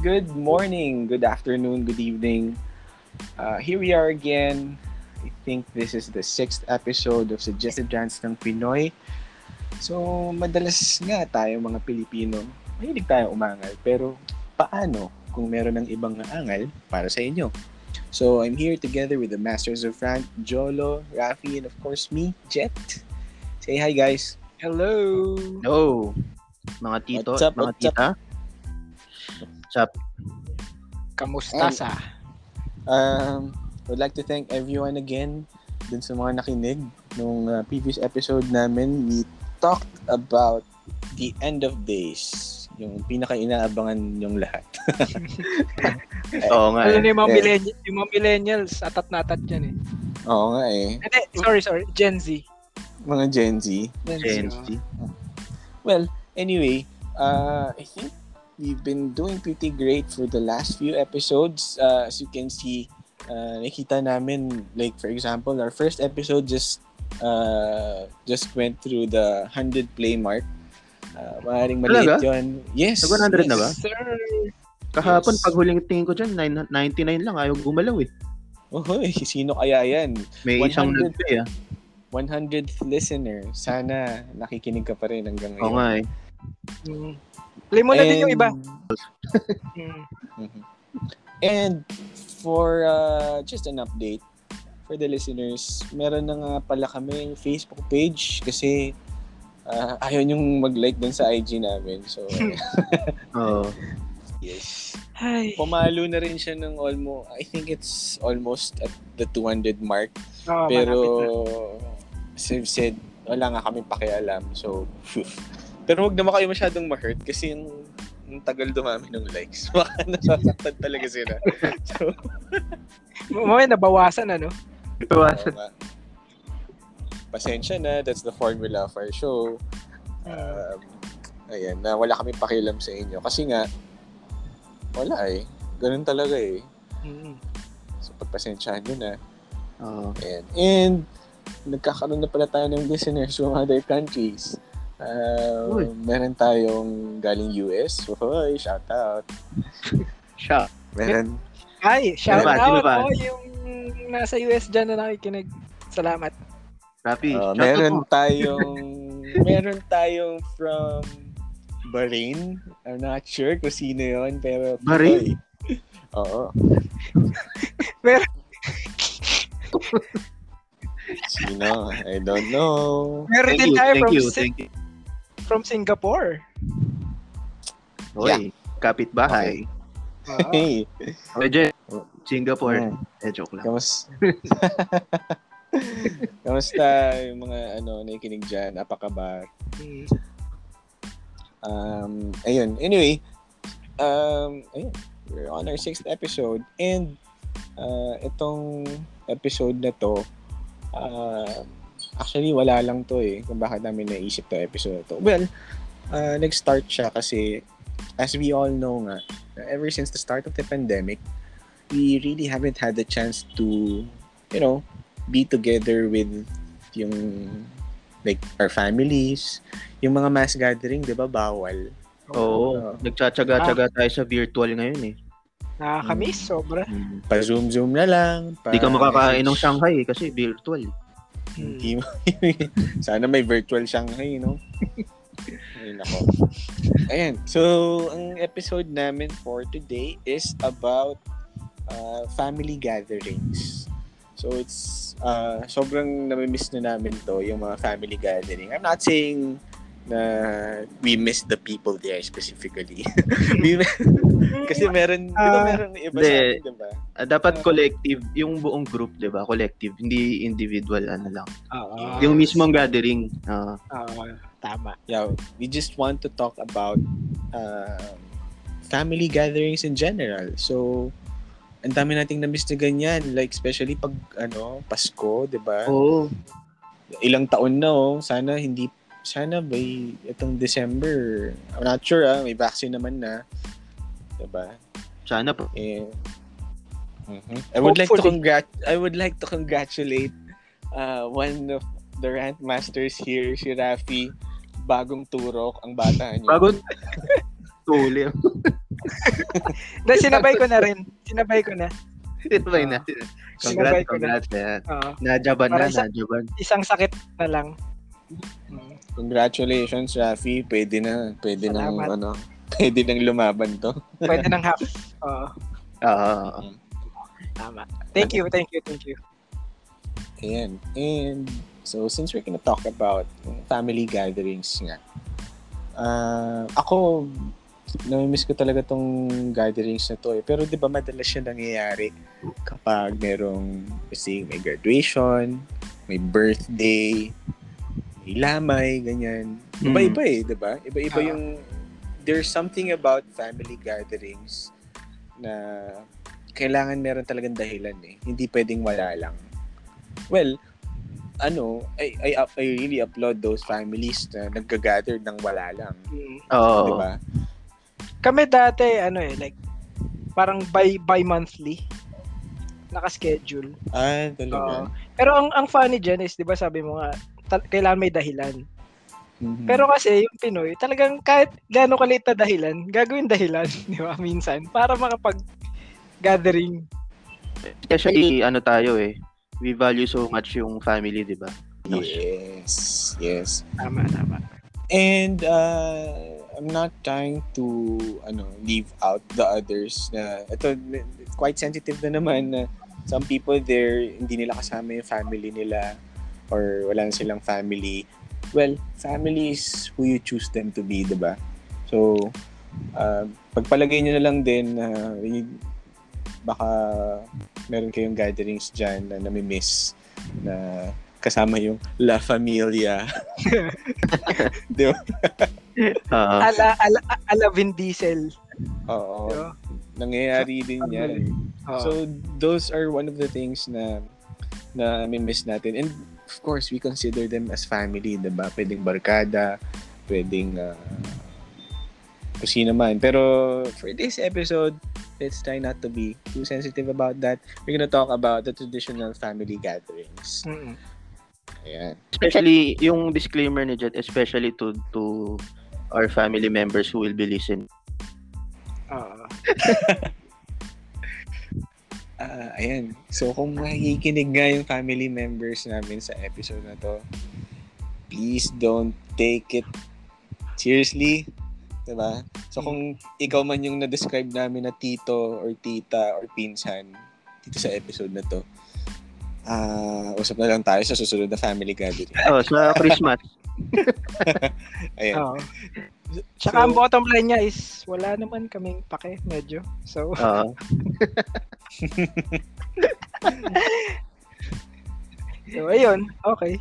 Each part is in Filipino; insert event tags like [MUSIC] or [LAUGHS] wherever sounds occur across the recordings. Good morning, good afternoon, good evening. Uh, here we are again. I think this is the sixth episode of Suggested Rants ng Pinoy. So, madalas nga tayo mga Pilipino, mahilig tayo umangal. Pero paano kung meron ng ibang angal para sa inyo? So, I'm here together with the Masters of Rant, Jolo, Rafi, and of course me, Jet. Say hi, guys. Hello! No. Mga tito, What's up, mga what's up? tita. What's up? Kamusta Ay. sa? Um, I would like to thank everyone again dun sa mga nakinig nung uh, previous episode namin. We talked about the end of days. Yung pinaka-inaabangan yung lahat. Oo nga. Alam niyo Ano yung mga, Eh. millennials, yung mga millennials, atat na atat yan eh. Oo nga eh. Hindi, sorry, sorry. Gen Z. Oh. Mga Gen Z. Gen Z. Well, anyway, uh, I think we've been doing pretty great for the last few episodes. Uh, as you can see, uh, nakita namin, like for example, our first episode just uh, just went through the 100 play mark. Uh, maaaring maliit Talaga? yun. Yes. Nag- 100 na yes. ba? Sir, Kahapon, Yes. pag huling tingin ko dyan, nine- 99 lang. Ayaw gumalaw eh. Uhoy, sino kaya yan? May 100. isang nagpay ah. 100th listener. Sana nakikinig ka pa rin hanggang ngayon. Oo nga eh. mm, play mo na din yung iba. And- Mm, Mhm. And for uh, just an update for the listeners, meron na nga pala kami Facebook page kasi uh, ayaw niyong mag-like dun sa IG namin. So, Oo. yes. Ay. Oh, Pumalo na rin siya ng almost, I think it's almost at the 200 mark. Oh, Pero, as I've said, wala nga kami pakialam. So, phew. Pero huwag naman kayo masyadong ma-hurt kasi yung, yung tagal dumami ng likes. [LAUGHS] Baka nasasaktan talaga sila. So, Mamaya nabawasan ano. Bawasan. Oo nga. Diba? Pasensya na, that's the formula of our show. Hmm. Um, ayan, na wala kami pakialam sa inyo. Kasi nga, wala eh. Ganun talaga eh. Mm. So, pagpasensyahan nyo na. Oo. Ayan. And, nagkakaroon na pala tayo ng listeners from other countries. Uy. Uh, meron tayong galing US. Hoy, shout out. Siya. Meron. Ay, shout Sino ba? Sino out ba? po yung nasa US dyan na nakikinig. Salamat. Rapi. Uh, shout out meron mo. tayong [LAUGHS] meron tayong from Bahrain. I'm not sure kung sino yun, pero Bahrain? Pinoy. [LAUGHS] Oo. Mer- Sino? I don't know. Meron Thank din you, tayo thank from, you, Sing- thank you. from [LAUGHS] Singapore. Hoy, kapitbahay. Ah, Hey, Okay. Jen, Singapore. Hmm. Eh, joke lang. kamus [LAUGHS] Kamusta yung mga ano nakikinig diyan? Apakaba? mm. Um, ayun. Anyway, um, ayun. We're on our sixth episode. And, uh, itong episode na to, uh, actually, wala lang to eh. Kung bakit namin naisip to episode na to. Well, uh, nag-start siya kasi, as we all know nga, ever since the start of the pandemic, we really haven't had the chance to, you know, be together with yung, like, our families, yung mga mass gathering, di ba, bawal? Oo. Nagtsatsaga-tsaga tayo sa virtual ngayon eh. Hmm. Nakakamiss, sobra. Hindi Pa-zoom-zoom na lang. Pa ka makakain ng Shanghai eh, kasi virtual. Mm. Hindi mo. [LAUGHS] Sana may virtual Shanghai, no? [LAUGHS] Ay, nako. Ayan. So, ang episode namin for today is about uh, family gatherings. So, it's uh, sobrang namimiss na namin to, yung mga family gathering. I'm not saying na we miss the people there specifically. [LAUGHS] We- kasi meron, di ba Ah, meron iba sa hindi. atin, di ba? Ah, dapat collective, yung buong group, di ba? Collective, hindi individual, ano lang. Oo. Yung mismong gathering. ah, Oo, tama. yeah, we just want to talk about um family gatherings in general. So, ang dami nating na-miss na ganyan. Like, especially pag, ano, Pasko, di ba? Oo. Ilang taon na, oh. Sana hindi, sana by itong December. I'm not sure, ah. May vaccine naman na. Di ba? Sana po. Eh, Mm-hmm. I would like to Hopefully. congrat I would like to congratulate uh, one of the rant masters here, si Rafi. Bagong turok ang bata niyo. Pagod. [LAUGHS] Tuli. Na, sinabay ko na rin. Sinabay ko na. Tinry na. Ah. Sinabay ko na. Congrats, congrats. Ayan. Oo. Najaban na, Para sa- najaban. isang sakit na lang. Mm. Congratulations, Rafi. Pwede na, pwede na, Salamat. ano, [LAUGHS] pwede nang lumaban to. Pwede nang half. Oo. Ah, Tama. Thank you, thank you, thank you. Ayan. And so, since we're gonna talk about family gatherings nga, ah, ako, namimiss ko talaga tong gatherings na to eh. Pero di ba madalas siya nangyayari kapag merong, kasi may graduation, may birthday, may lamay, ganyan. Iba-iba eh, di ba? Iba-iba Ah. yung, there's something about family gatherings na kailangan meron talagang dahilan eh. Hindi pwedeng wala lang. Well, ano, I, I, I really applaud those families na nagka-gather ng wala lang. Mm. Oo. Di ba? Kami dati, ano eh, like, parang bi- bi-monthly nakaschedule. Ah, Oo. talaga. Pero ang ang funny dyan is, di ba sabi mo nga, ta- kailangan may dahilan. Mhm. Pero kasi yung Pinoy, talagang kahit gaano kalit na dahilan, gagawin dahilan, [LAUGHS] di ba, minsan, para makapag-gathering. Especially, ano tayo eh, we value so much yung family, di ba? yes, yes. Tama, tama. And uh, I'm not trying to ano leave out the others na ito n- quite sensitive na naman na some people there hindi nila kasama yung family nila or wala na silang family. Well, family is who you choose them to be, 'di ba? So uh, pagpalagay niyo na lang din na y- baka meron kayong gatherings diyan na nami-miss na kasama yung La Familia. 'Di ba? Ah, Ala, ala, ala Vin Diesel. Oo. di ba? Nangyayari din yan. Oo. So, those are one of the things na na miss natin. And of course, we consider them as family, diba? Pwedeng barkada, pwedeng uh, kung sino man. Pero for this episode, let's try not to be too sensitive about that. We're gonna talk about the traditional family gatherings. Mm-mm. Ayan. especially, yung disclaimer ni Jet, especially to to our family members who will be listening. Oo. Ah, ayan. So, kung makikinig nga yung family members namin sa episode na to, please don't take it seriously. Diba? So, kung ikaw man yung na-describe namin na tito or tita or pinsan dito sa episode na to, ah, usap na lang tayo sa susunod na family gathering. Oh, sa Christmas. Ayan. Oo. Tsaka ang bottom line niya is, wala naman kaming pake, medyo. So, Ah, so ayun, okay.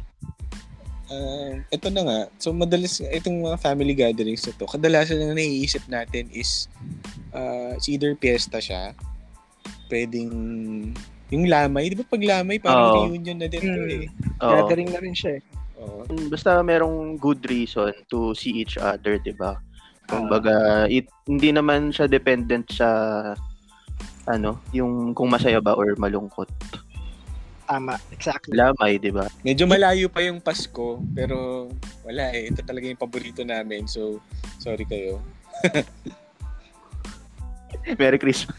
Um, ito na nga. So, madalas, itong mga family gatherings na to, kadalasan na naiisip natin is, uh, it's either fiesta siya, pwedeng, yung lamay, di ba pag lamay, Oo. parang reunion na din to Mm. eh. oh. Gathering na rin siya eh. Oo. Basta merong good reason to see each other, di ba? Kumbaga, it, hindi naman siya dependent sa ano, yung kung masaya ba or malungkot. Tama, exactly. Lamay, di ba? [LAUGHS] Medyo malayo pa yung Pasko, pero wala eh. Ito talaga yung paborito namin, so, sorry [LAUGHS] kayo. Merry Christmas.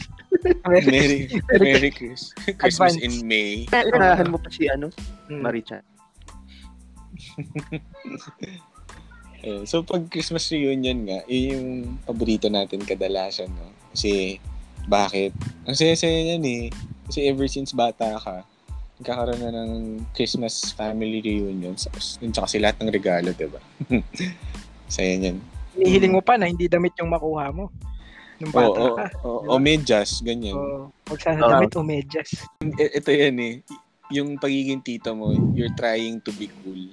Merry, [LAUGHS] Merry Christmas. Christmas Advance. in May. Inahan mo pa si ano, Mm. Marichan. Ayun. Eh, So, pag Christmas reunion nga, yun yung paborito natin kadalasan, no? Kasi, bakit? Ang saya-saya yan eh. Kasi ever since bata ka, nagkakaroon na ng Christmas family reunion. Sa- Yun tsaka kasi lahat ng regalo, diba? [LAUGHS] saya yan. Hinihiling mo pa na hindi damit yung makuha mo. Nung O, bata o, ka. o, diba? o medyas, ganyan. So, huwag sana Oo. damit o medyas. I- ito yan eh. Yung pagiging tito mo, you're trying to be cool.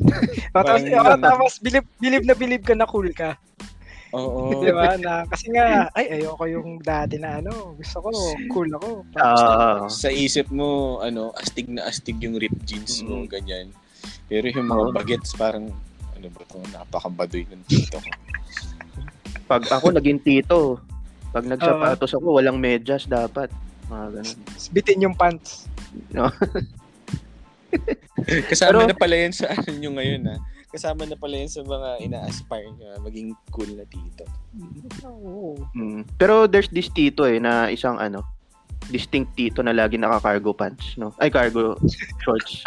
O, tapos, Parang yun o, lang. tapos bilib, bilib na bilib ka na cool ka. [LAUGHS] Oo. Di ba? Na, kasi nga, ay, ayoko yung dati na ano. Gusto ko, cool ako. Ah, sa isip mo, ano, astig na astig yung ripped jeans mo, Mm. ganyan. Pero yung mga Oo. bagets, parang, ano ba to, napakabadoy ng tito [LAUGHS] ko. pag ako naging tito, pag nagsapatos ako, walang medyas dapat. Mga ganun. bitin yung pants. Kasama Pero- na pala yan sa ano nyo ngayon, ha? kasama na pala yun sa mga ina-aspire na maging cool na tito. Oo. Mm. Pero there's this tito eh, na isang ano, distinct tito na lagi naka-cargo pants, no? Ay, cargo [LAUGHS] shorts.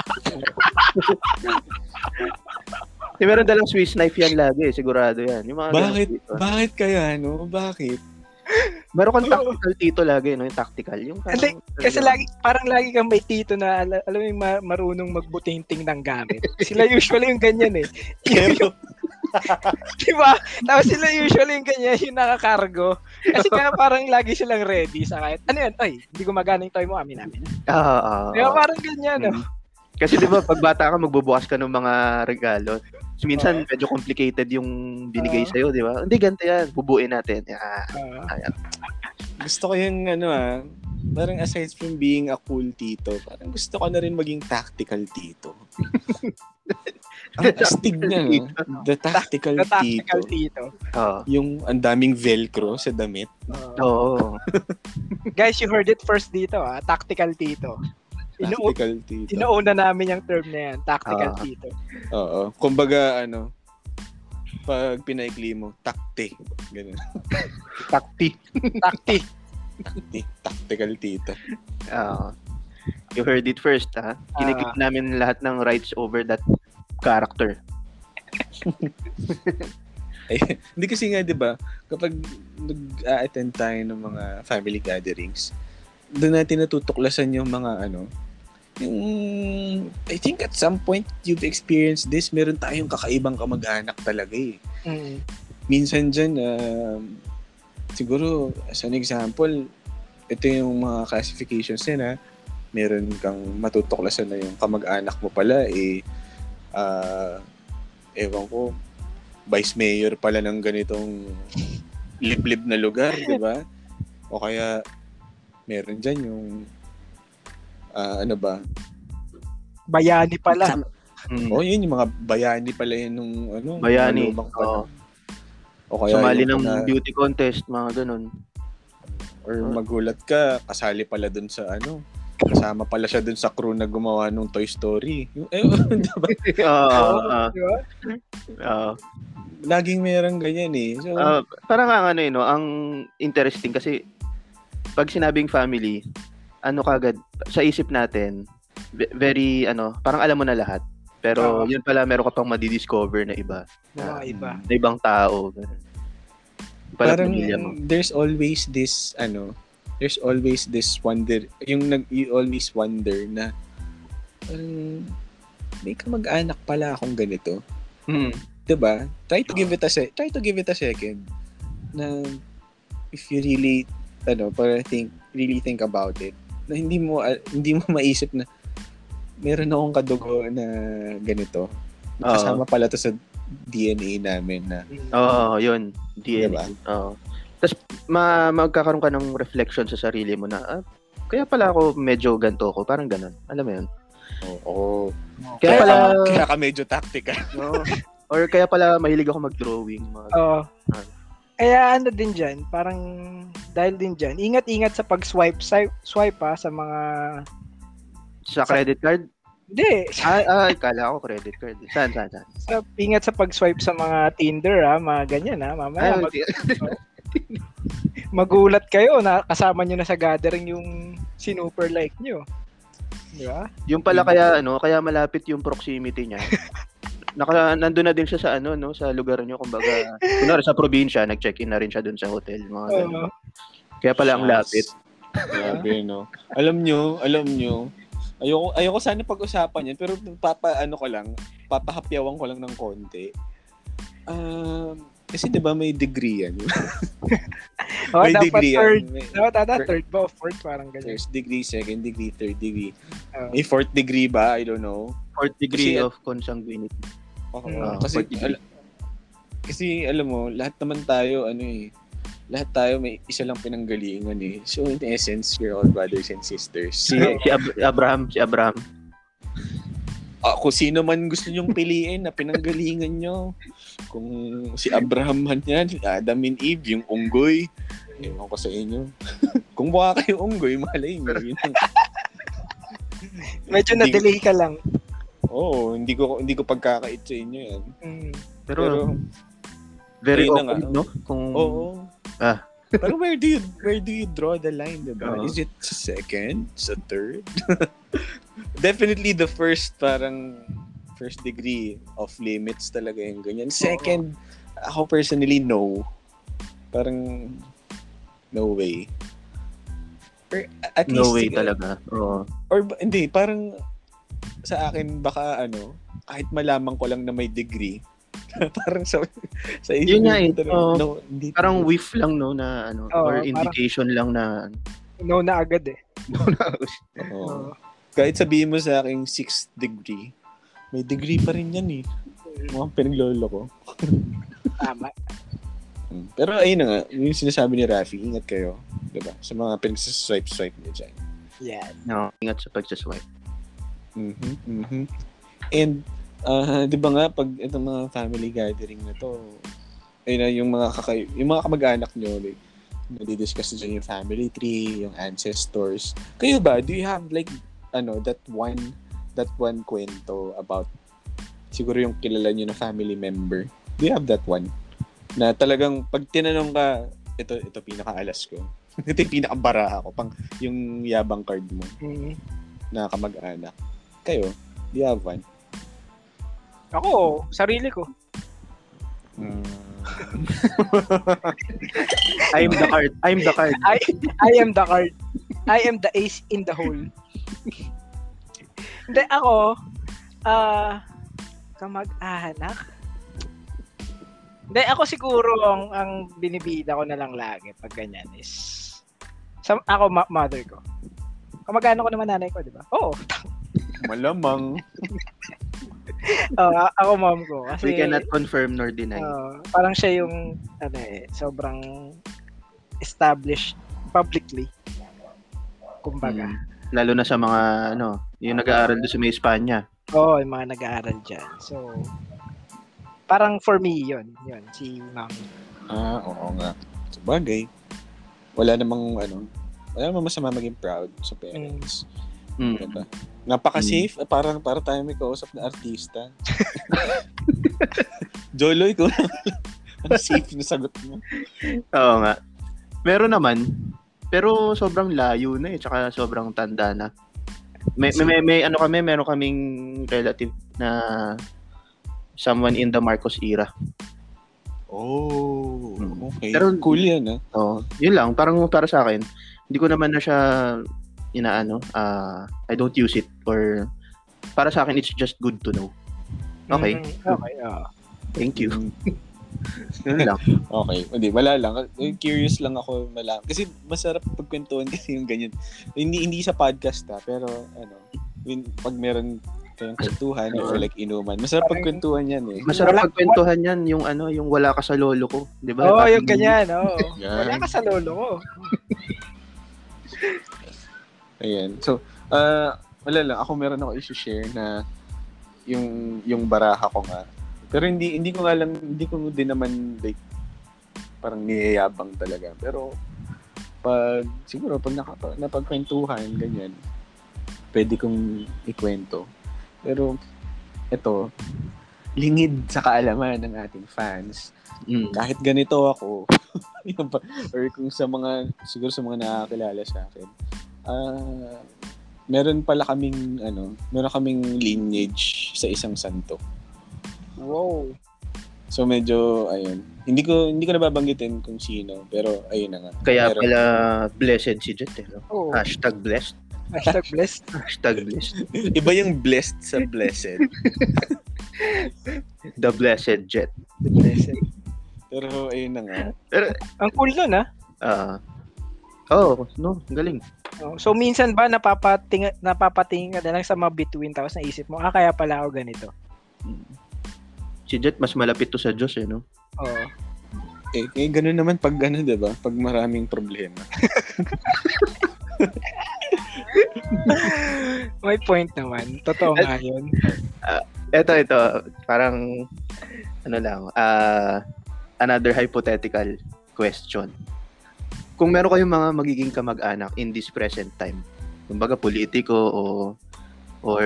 Di Eh, meron dalang Swiss knife yan lagi, eh, sigurado yan. Yung mga ganong Bakit? tito. Bakit kaya, no? Bakit? Meron kang tactical tito lagi, no? Yung tactical. Yung parang- Kasi lagi, parang lagi kang may tito na ala- alam mo yung ma- marunong magbutinting ng gamit. Sila usually yung ganyan [LAUGHS] eh. [LAUGHS] Pero, Diba? Tapos sila usually yung ganyan, yung nakakargo. Kasi kaya parang lagi silang ready sa kahit, ano yan, ay, hindi gumagana yung toy mo, amin namin. Ah, ah, ah. Diba parang ganyan, no? Mm. Kasi di ba pag bata ka magbubukas ka ng mga regalo. So, Oo. minsan medyo complicated yung binigay Oo. sa'yo, di ba? Hindi ganito yan, bubuin natin. Ah, Ah, gusto ko yung ano ah, parang aside from being a cool tito, parang gusto ko na rin maging tactical tito. Ang astig na, no? [LAUGHS] The tactical the tito. tactical tito. [LAUGHS] Oo. Yung ang daming velcro sa damit. Ah. Oo. guys, you heard it first dito, ah, tactical tito. Inu- Tactical tito. inuuna namin yung term na yan, tactical Ah. tito. Oo. Kumbaga, ano, pag pinaikli mo, takti. Ganun. [LAUGHS] Takti. Takti. Takti. Tactical tito. Oo. Ah, you heard it first, ha? Kinikip namin lahat ng rights over that character. Hindi kasi nga, di ba, kapag nag-attend tayo ng mga family gatherings, doon natin natutuklasan yung mga ano, yung, I think at some point you've experienced this, meron tayong kakaibang kamag-anak talaga eh. Mm. Minsan dyan, um, siguro, as an example, ito yung mga classifications nila, meron kang matutuklasan na yung kamag-anak mo pala, eh, ah, ewan ko, vice mayor pala ng ganitong liblib na lugar, di ba? O kaya, meron dyan yung, ah, ano ba? Bayani pala. Mm. O, yun, yung mga bayani pala yun nung, ano, mga Bayani. lumang Oo. panahon. O kaya, Sumali yung ng mga- beauty contest, mga ganun. Or magulat ka, kasali pala dun sa ano, kasama pala siya dun sa crew na gumawa nung Toy Story. Yung- Eh, [LAUGHS] diba? [LAUGHS] Oo. oo, Di ba? oo. Laging merang ganyan eh. So, Ah, parang ang ano yun, no? ang interesting kasi pag sinabing family, ano kagad sa isip natin, ve- very ano, parang alam mo na lahat. Oo. Pero yun pala meron ka pang madidiscover na iba, Yung Mga iba. na ibang tao. ganun. Pala parang pamilya mo. there's always this, ano, there's always this wonder, yung nag, you always wonder na, parang, may kamag-anak pala akong ganito. Mm. 'di ba? Diba? Try to give it a se- try to give it a second na if you really ano, para think really think about it. Na hindi mo ah, hindi mo [LAUGHS] maiisip na meron akong kadugo na ganito. Oo. Kasama pala to sa DNA namin na Oo, yun. DNA. Diba? Oo. Tapos ma magkakaroon ka ng reflection sa sarili mo na, ah, kaya pala ako medyo ganto ko, parang ganun. Alam mo yun? oo. Kaya pala, ka, kaya ka medyo tactical. [LAUGHS] oo. or kaya pala mahilig ako mag-drawing. Mga Oo. Ah. Kaya ano din dyan, parang dahil din dyan, ingat-ingat sa pag-swipe, swipe, swipe ha, sa mga, Sa credit card? hindi, Ah, ah kala ko credit card. Saan, saan, saan? sa, ingat sa pag-swipe sa mga Tinder ha, mga ganyan ha, Ay, mamaya mag- magulat kayo na kasama nyo na sa gathering yung sinuper like nyo. Di ba? yung pala kaya, ano, kaya malapit yung proximity niya. Naka, nandun na din siya sa ano, no, sa lugar niyo, kumbaga, kunwari sa probinsya, nag-check-in na rin siya dun sa hotel, mga ganun. Oo. Kaya pala ang lapit. Grabe, no? Alam nyo, alam nyo, ayoko, ayoko sana pag-usapan yan, pero papa, ano ko lang, papahapyawan ko lang ng konti. Um, kasi di ba may degree [LAUGHS] yan? Oo, may Oh, dapat degree yan. third, May- dapat ata third ba o fourth, parang ganyan. First degree, second degree, third degree. Oo. May fourth degree ba? I don't know. Fourth degree Kasi- of consanguinity. Oo, Mm. kasi, Fourth degree. al- kasi alam mo, lahat naman tayo, ano eh, lahat tayo may isa lang pinanggalingan eh. So in essence, we're all brothers and [LAUGHS] sisters. Si, si Ab- Abraham, si Abraham. Ah, kung sino man gusto nyong piliin na pinanggalingan nyo. Kung si Abraham man yan, Adam and Eve, yung unggoy. Ewan ko sa inyo. [LAUGHS] kung mukha kayo unggoy, malay mo. Yun ang, Medyo na-delay ka lang. Oo, hindi ko hindi ko pagkakait sa inyo yan. Mm. Pero, Pero, very ayun na awkward, nga. no? Kung, oo. Ah. Pero where do you where do you draw the line, diba? Oo. Is it sa second? Sa third? [LAUGHS] Definitely the first parang first degree of limits talaga yung ganyan. Second, ako personally, no. Parang, no way. Or at least, no way siguro- talaga. Oo. Or ba- hindi, parang sa akin baka ano, kahit malaman ko lang na may degree, [LAUGHS] parang sa sa isip Yun nga ko eh, talaga, oo. no, hindi, Parang whiff lang, no, na ano, Oo, or parang- indication lang na, No na agad eh. oo. Oo. kahit sabihin mo sa akin sixth degree, may degree pa rin yan eh. Mukhang pinaglolo ko. Tama. Mm. Pero ayun na nga, yung sinasabi ni Rafi, ingat kayo, 'di ba? Sa mga pinagsaswipe-swipe niya dyan. Yan. [LAUGHS] no, ingat sa pagsaswipe. Mhm, mhm. And, ah, di ba nga, pag itong mga family gathering na to, ayun na, yung mga, kakay- yung mga kamag-anak nyo, like, nadidiscuss nyo yung family tree, yung ancestors. Kayo ba, do you have like, ano, that one, that one kwento about, siguro yung kilala nyo na family member? Do you have that one? Na talagang, pag tinanong ka, ito, ito pinakaalas ko. [LAUGHS] ito yung pinakabara ako, pang yung yabang card mo Mm. na kamag-anak. Kayo, do you have one? Ako, sarili ko. Hmm, I'm the card. I'm the [LAUGHS] card. I I am the card. I am the ace in the hole. Hindi, ako, ah, kamag-anak. Hindi, ako siguro ang, ang binibida ko na lang lagi pag ganyan is, sa, ako, ma- mother ko. Kamag-anak ko naman nanay ko, di ba? Oo, oh, Malamang. ah, ako mom ko. Kasi, We cannot confirm nor deny. Oo, parang siya yung ano eh, sobrang established publicly. Kumbaga. Mm. Lalo na sa mga, ano, yung nag-aaral doon sa may Espanya. Oo, yung mga nag-aaral dyan. So, parang for me, yun. Yun, si ma'am. [LAUGHS] Ah, oo nga. Sabagay. Wala namang, ano, wala namang masama maging proud sa parents. Mm. Diba? Napaka-safe. Ah, Parang, para tayo may kausap na artista. [LAUGHS] Jolo, ikaw na. [LAUGHS] Ang safe na sagot mo. Oo nga. Meron naman. Pero sobrang layo na eh. Tsaka sobrang tanda na. May, may, may, may ano kami, meron kaming relative na someone in the Marcos era. Oh, okay. Pero- cool yan, ah. Oo. Yun lang. Parang para sa akin, hindi ko naman na siya inaano. ah, I don't use it or para sa akin, it's just good to know. Okay. Mm, okay, oo. Thank you. Mm. [LAUGHS] Yun lang. Okay, hindi, wala lang. Eh, Curious lang ako malam. Kasi masarap pagkwentuhan [LAUGHS] kasi yung ganyan. Hindi hindi sa podcast ha, pero ano, yun, pag meron kayong kwentuhan or like inuman, masarap Parang- pagkwentuhan yan eh. Masarap Wala- pagkwentuhan yan yung ano, yung wala ka sa lolo ko. Di ba? Oo, Dati- yung ganyan, oo. Wala Yan. ka sa lolo ko. Ayan. So, ah, wala lang. Ako meron ako i-share na yung yung baraha ko nga. Pero hindi hindi ko nga lang hindi ko din naman like parang niyayabang talaga. Pero pag siguro pag naka, napagkwentuhan ganyan, pwede kong ikwento. Pero ito lingid sa kaalaman ng ating fans Mm. kahit ganito ako, [LAUGHS] yun ba? or kung sa mga, siguro sa mga nakakilala sa akin, ah, meron pala kaming, ano, meron kaming lineage sa isang santo. Wow. So medyo, ayun, hindi ko, hindi ko nababanggitin kung sino, pero ayun na nga. Kaya Meron. [LAUGHS] pala blessed si Jet eh. no? Oo. Hashtag blessed. Hashtag blessed. Hashtag blessed. Iba yung blessed sa blessed. The blessed Jet. blessed. pero ayun na nga. Ang cool nun, ah. Ah. oh, no, galing. Oo. So, minsan ba napapating, napapatingin ka na lang sa mga between tapos naisip mo, ah, kaya pala ako ganito. Si Jet mas malapit to sa Diyos eh, no? Oo. Eh, eh ganun naman pag ano, 'di ba? Pag maraming problema. [LAUGHS] May point naman. Totoo nga yun. Eto, ito. Parang, ano lang, ah, another hypothetical question. Kung meron kayong mga magiging kamag-anak in this present time, kumbaga politiko o or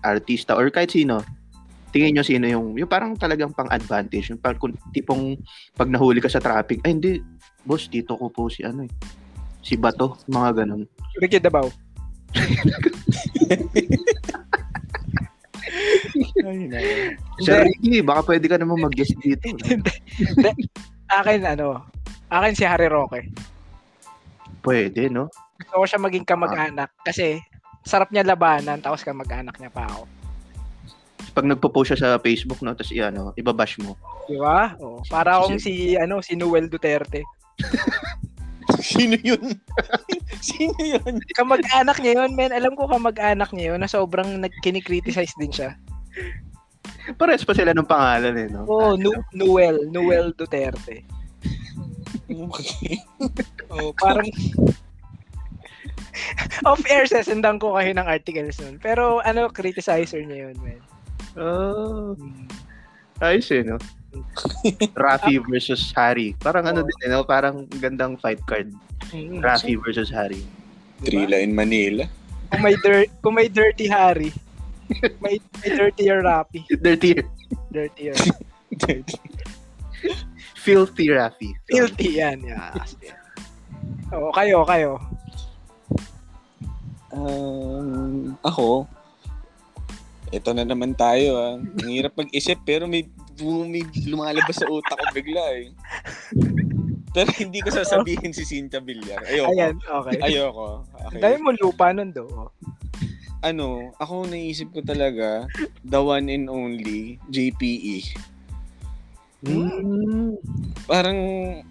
artista or kahit sino, tingin nyo sino yung, yung parang talagang pang-advantage. Yung parang kung tipong pag nahuli ka sa traffic, ay hindi, boss, dito ko po si ano eh, si Bato, mga ganun. [LAUGHS] Ricky Dabaw. Ay, nako. Sir Ricky, baka pwede ka naman mag-guest dito. Akin, ano, akin si Harry Roque. Pwede, no? Gusto ko siya maging kamag-anak kasi sarap niya labanan tapos kamag-anak niya pa ako. Pag nagpo-post siya sa Facebook, no? Tapos, ano, ibabash mo. Di ba? Oh, para akong si, ano, si Noel Duterte. Sino yun? [LAUGHS] Sino yun? Kamag-anak niya yun, men. Alam ko kamag-anak niya yun na sobrang nagkinikriticize din siya. Pares pa sila ng pangalan, eh, no? Oh, Nu- Noel. Noel Duterte. Okay. Oh, parang [LAUGHS] off-air sasendan ko kayo ng articles nun. Pero ano, criticizer niya yun, Mm. man. Oh, ayos eh, [LAUGHS] no? Rafi versus Harry. Parang ano din, eh, no? Parang gandang fight card. Mm. Rafi versus Harry. Diba? Trila in Manila. Kung may, dir- kung may dirty Harry, may, may dirtier Rapi. Dirty. Dirtier. Filthy Rafi. Guilty yan. Yes. Oo, kayo, kayo. um, ako, ito na naman tayo ah. Ang hirap mag-isip pero may, may lumalabas sa utak ko bigla eh. Pero hindi ko sasabihin si Cynthia Villar. Ayoko. Ayan, okay. Ayoko. Ang Okay. dami mo lupa nun do. oh. ano, ako naisip ko talaga, the one and only, E. JPE. Mm. Parang,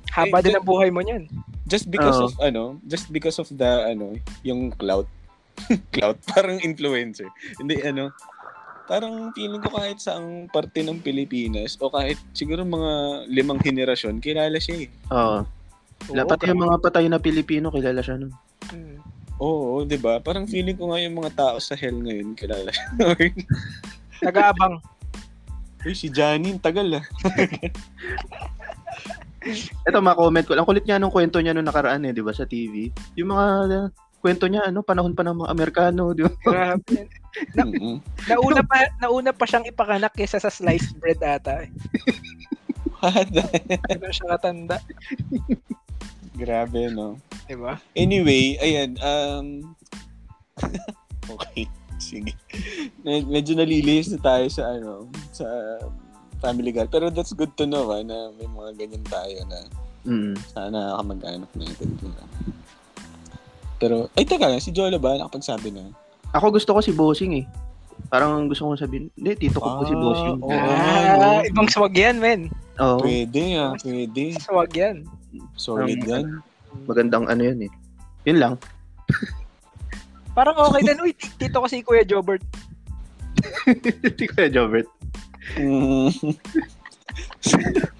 Haba Eh, din ju- ang buhay mo niyan. just because Oo. of, ano, just because of the, ano, yung clout. [LAUGHS] clout, parang influencer. Hindi, ano, parang feeling ko kahit saang parte ng Pilipinas o kahit siguro mga limang henerasyon, kilala siya eh. Oo. Oo, Dapat Oh, yung mga patay na Pilipino, kilala siya nun. Mm. Oo, di ba? Parang feeling ko nga yung mga tao sa hell ngayon, kilala siya. [LAUGHS] Nag-aabang. Uy, si Janine, tagal ah. Ito, comment ko. lang. Ang kulit niya nung kwento niya nung nakaraan eh, di ba, sa TV. Yung mga uh, kwento niya, ano, panahon pa ng mga Amerikano, di ba? Grabe. Mm-mm. [LAUGHS] Nauna pa nauna pa siyang ipakanak kaysa sa sliced bread ata. eh. Ganun siya katanda, Grabe, no? 'di ba? Anyway, ayan, um... [LAUGHS] okay, sige. Med- Medyo nalilihis na tayo sa, ano, sa family guy. Pero that's good to know, ah, na may mga ganyan tayo na Mm. sana kamag-anak natin. di ba? Pero, ay, teka lang, si Jolo ba? Nakapagsabi na. Ako gusto ko si Bossing eh. Parang gusto kong sabihin, hindi, tito ko po si Ah, Bossing. oo. Ah, ah, ano? ibang swag 'yan, men. Oo. Pwede, ah, pwede. Swag 'yan. Solid Um, yan. [LAUGHS] Magandang ano yan eh. Yun lang. [LAUGHS] Parang okay din. Uy, ti- tito ko si Kuya Jobert. Hindi ko na, Jobert. Mm,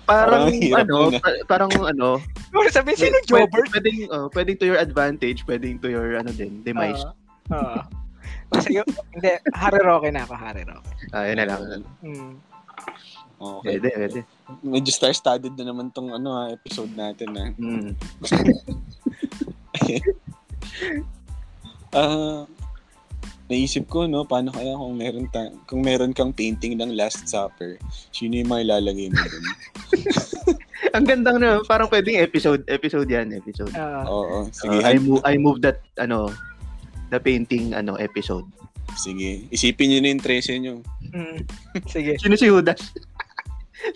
Parang, Parang hirap ano, yun, eh. pa- parang [LAUGHS] ano, Or sabihin, sino pwede- Jobert? Pwedeng, oh, pwedeng to your advantage, pwedeng to your, ano din, demise. Ah, ah. Kasi yun- hindi, Harry Roque na ako, Harry Roque. Ah, yun na lang. Mm. okay. Pwede, pwede. Medyo star-studded na naman tong ano, ah, episode natin. Ah. Mm. Ah, naisip ko no, paano kaya kung meron ta- kung meron kang painting ng Last Supper, sino yung mga ilalagay mo dun? [LAUGHS] Ang ganda na, parang pwedeng episode, episode yan, episode. Ah, Oo, sige. Uh, I, han- move, I move that, ano, the painting, ano, episode. sige. Isipin niyo na yung trace niyo. mm. Sige. Sino si Judas? [LAUGHS]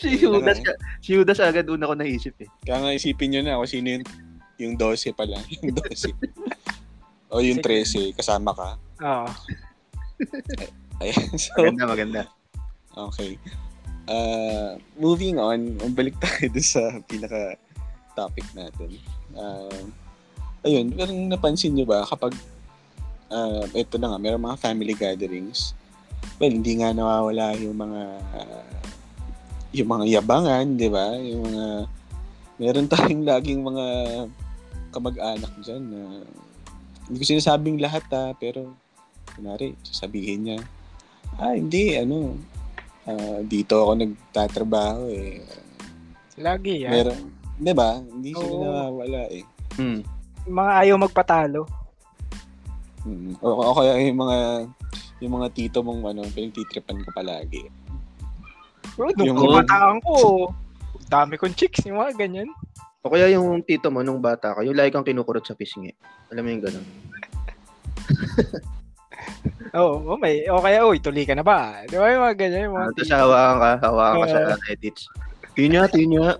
si Yun lang Judas, ka- si Judas agad una ko naisip eh. Kaya nga isipin niyo na kung sino yung yung 12 pala, [LAUGHS] yung 12. o yung 13 kasama ka. Ah. Ayan. So, Oh. Maganda, maganda. Okay. Uh, moving on, balik tayo dun sa pinaka topic natin. Um, ayun, pero napansin nyo ba kapag uh, ito na nga, mayroong mga family gatherings, well, hindi nga nawawala yung mga uh, yung mga yabangan, di ba? Yung mga meron tayong laging mga kamag-anak dyan na hindi ko sinasabing lahat ha, pero kunwari, sasabihin niya, ah, hindi, ano, Ah, dito ako nagtatrabaho eh. Lagi yan. Meron, 'di ba? Hindi sila Oo. nawawala eh. Hmm. Mga ayaw magpatalo. Mm. O, o kaya yung mga yung mga tito mong ano, pinagtitripan ka palagi. Bro, nung Yung- kumataan ko, dami kong chicks, yung mga ganyan. O kaya yung tito mo nung bata ka, yung lagi kang kinukurot sa pisngi. Alam mo yung ganun. Oo, oh, may, o kaya, uy, tuli ka na ba? Di ba yung mga ganyan? Yung mga Ano, Tapos hawakan ka, hawakan ka sa edits. Tinya, tinya.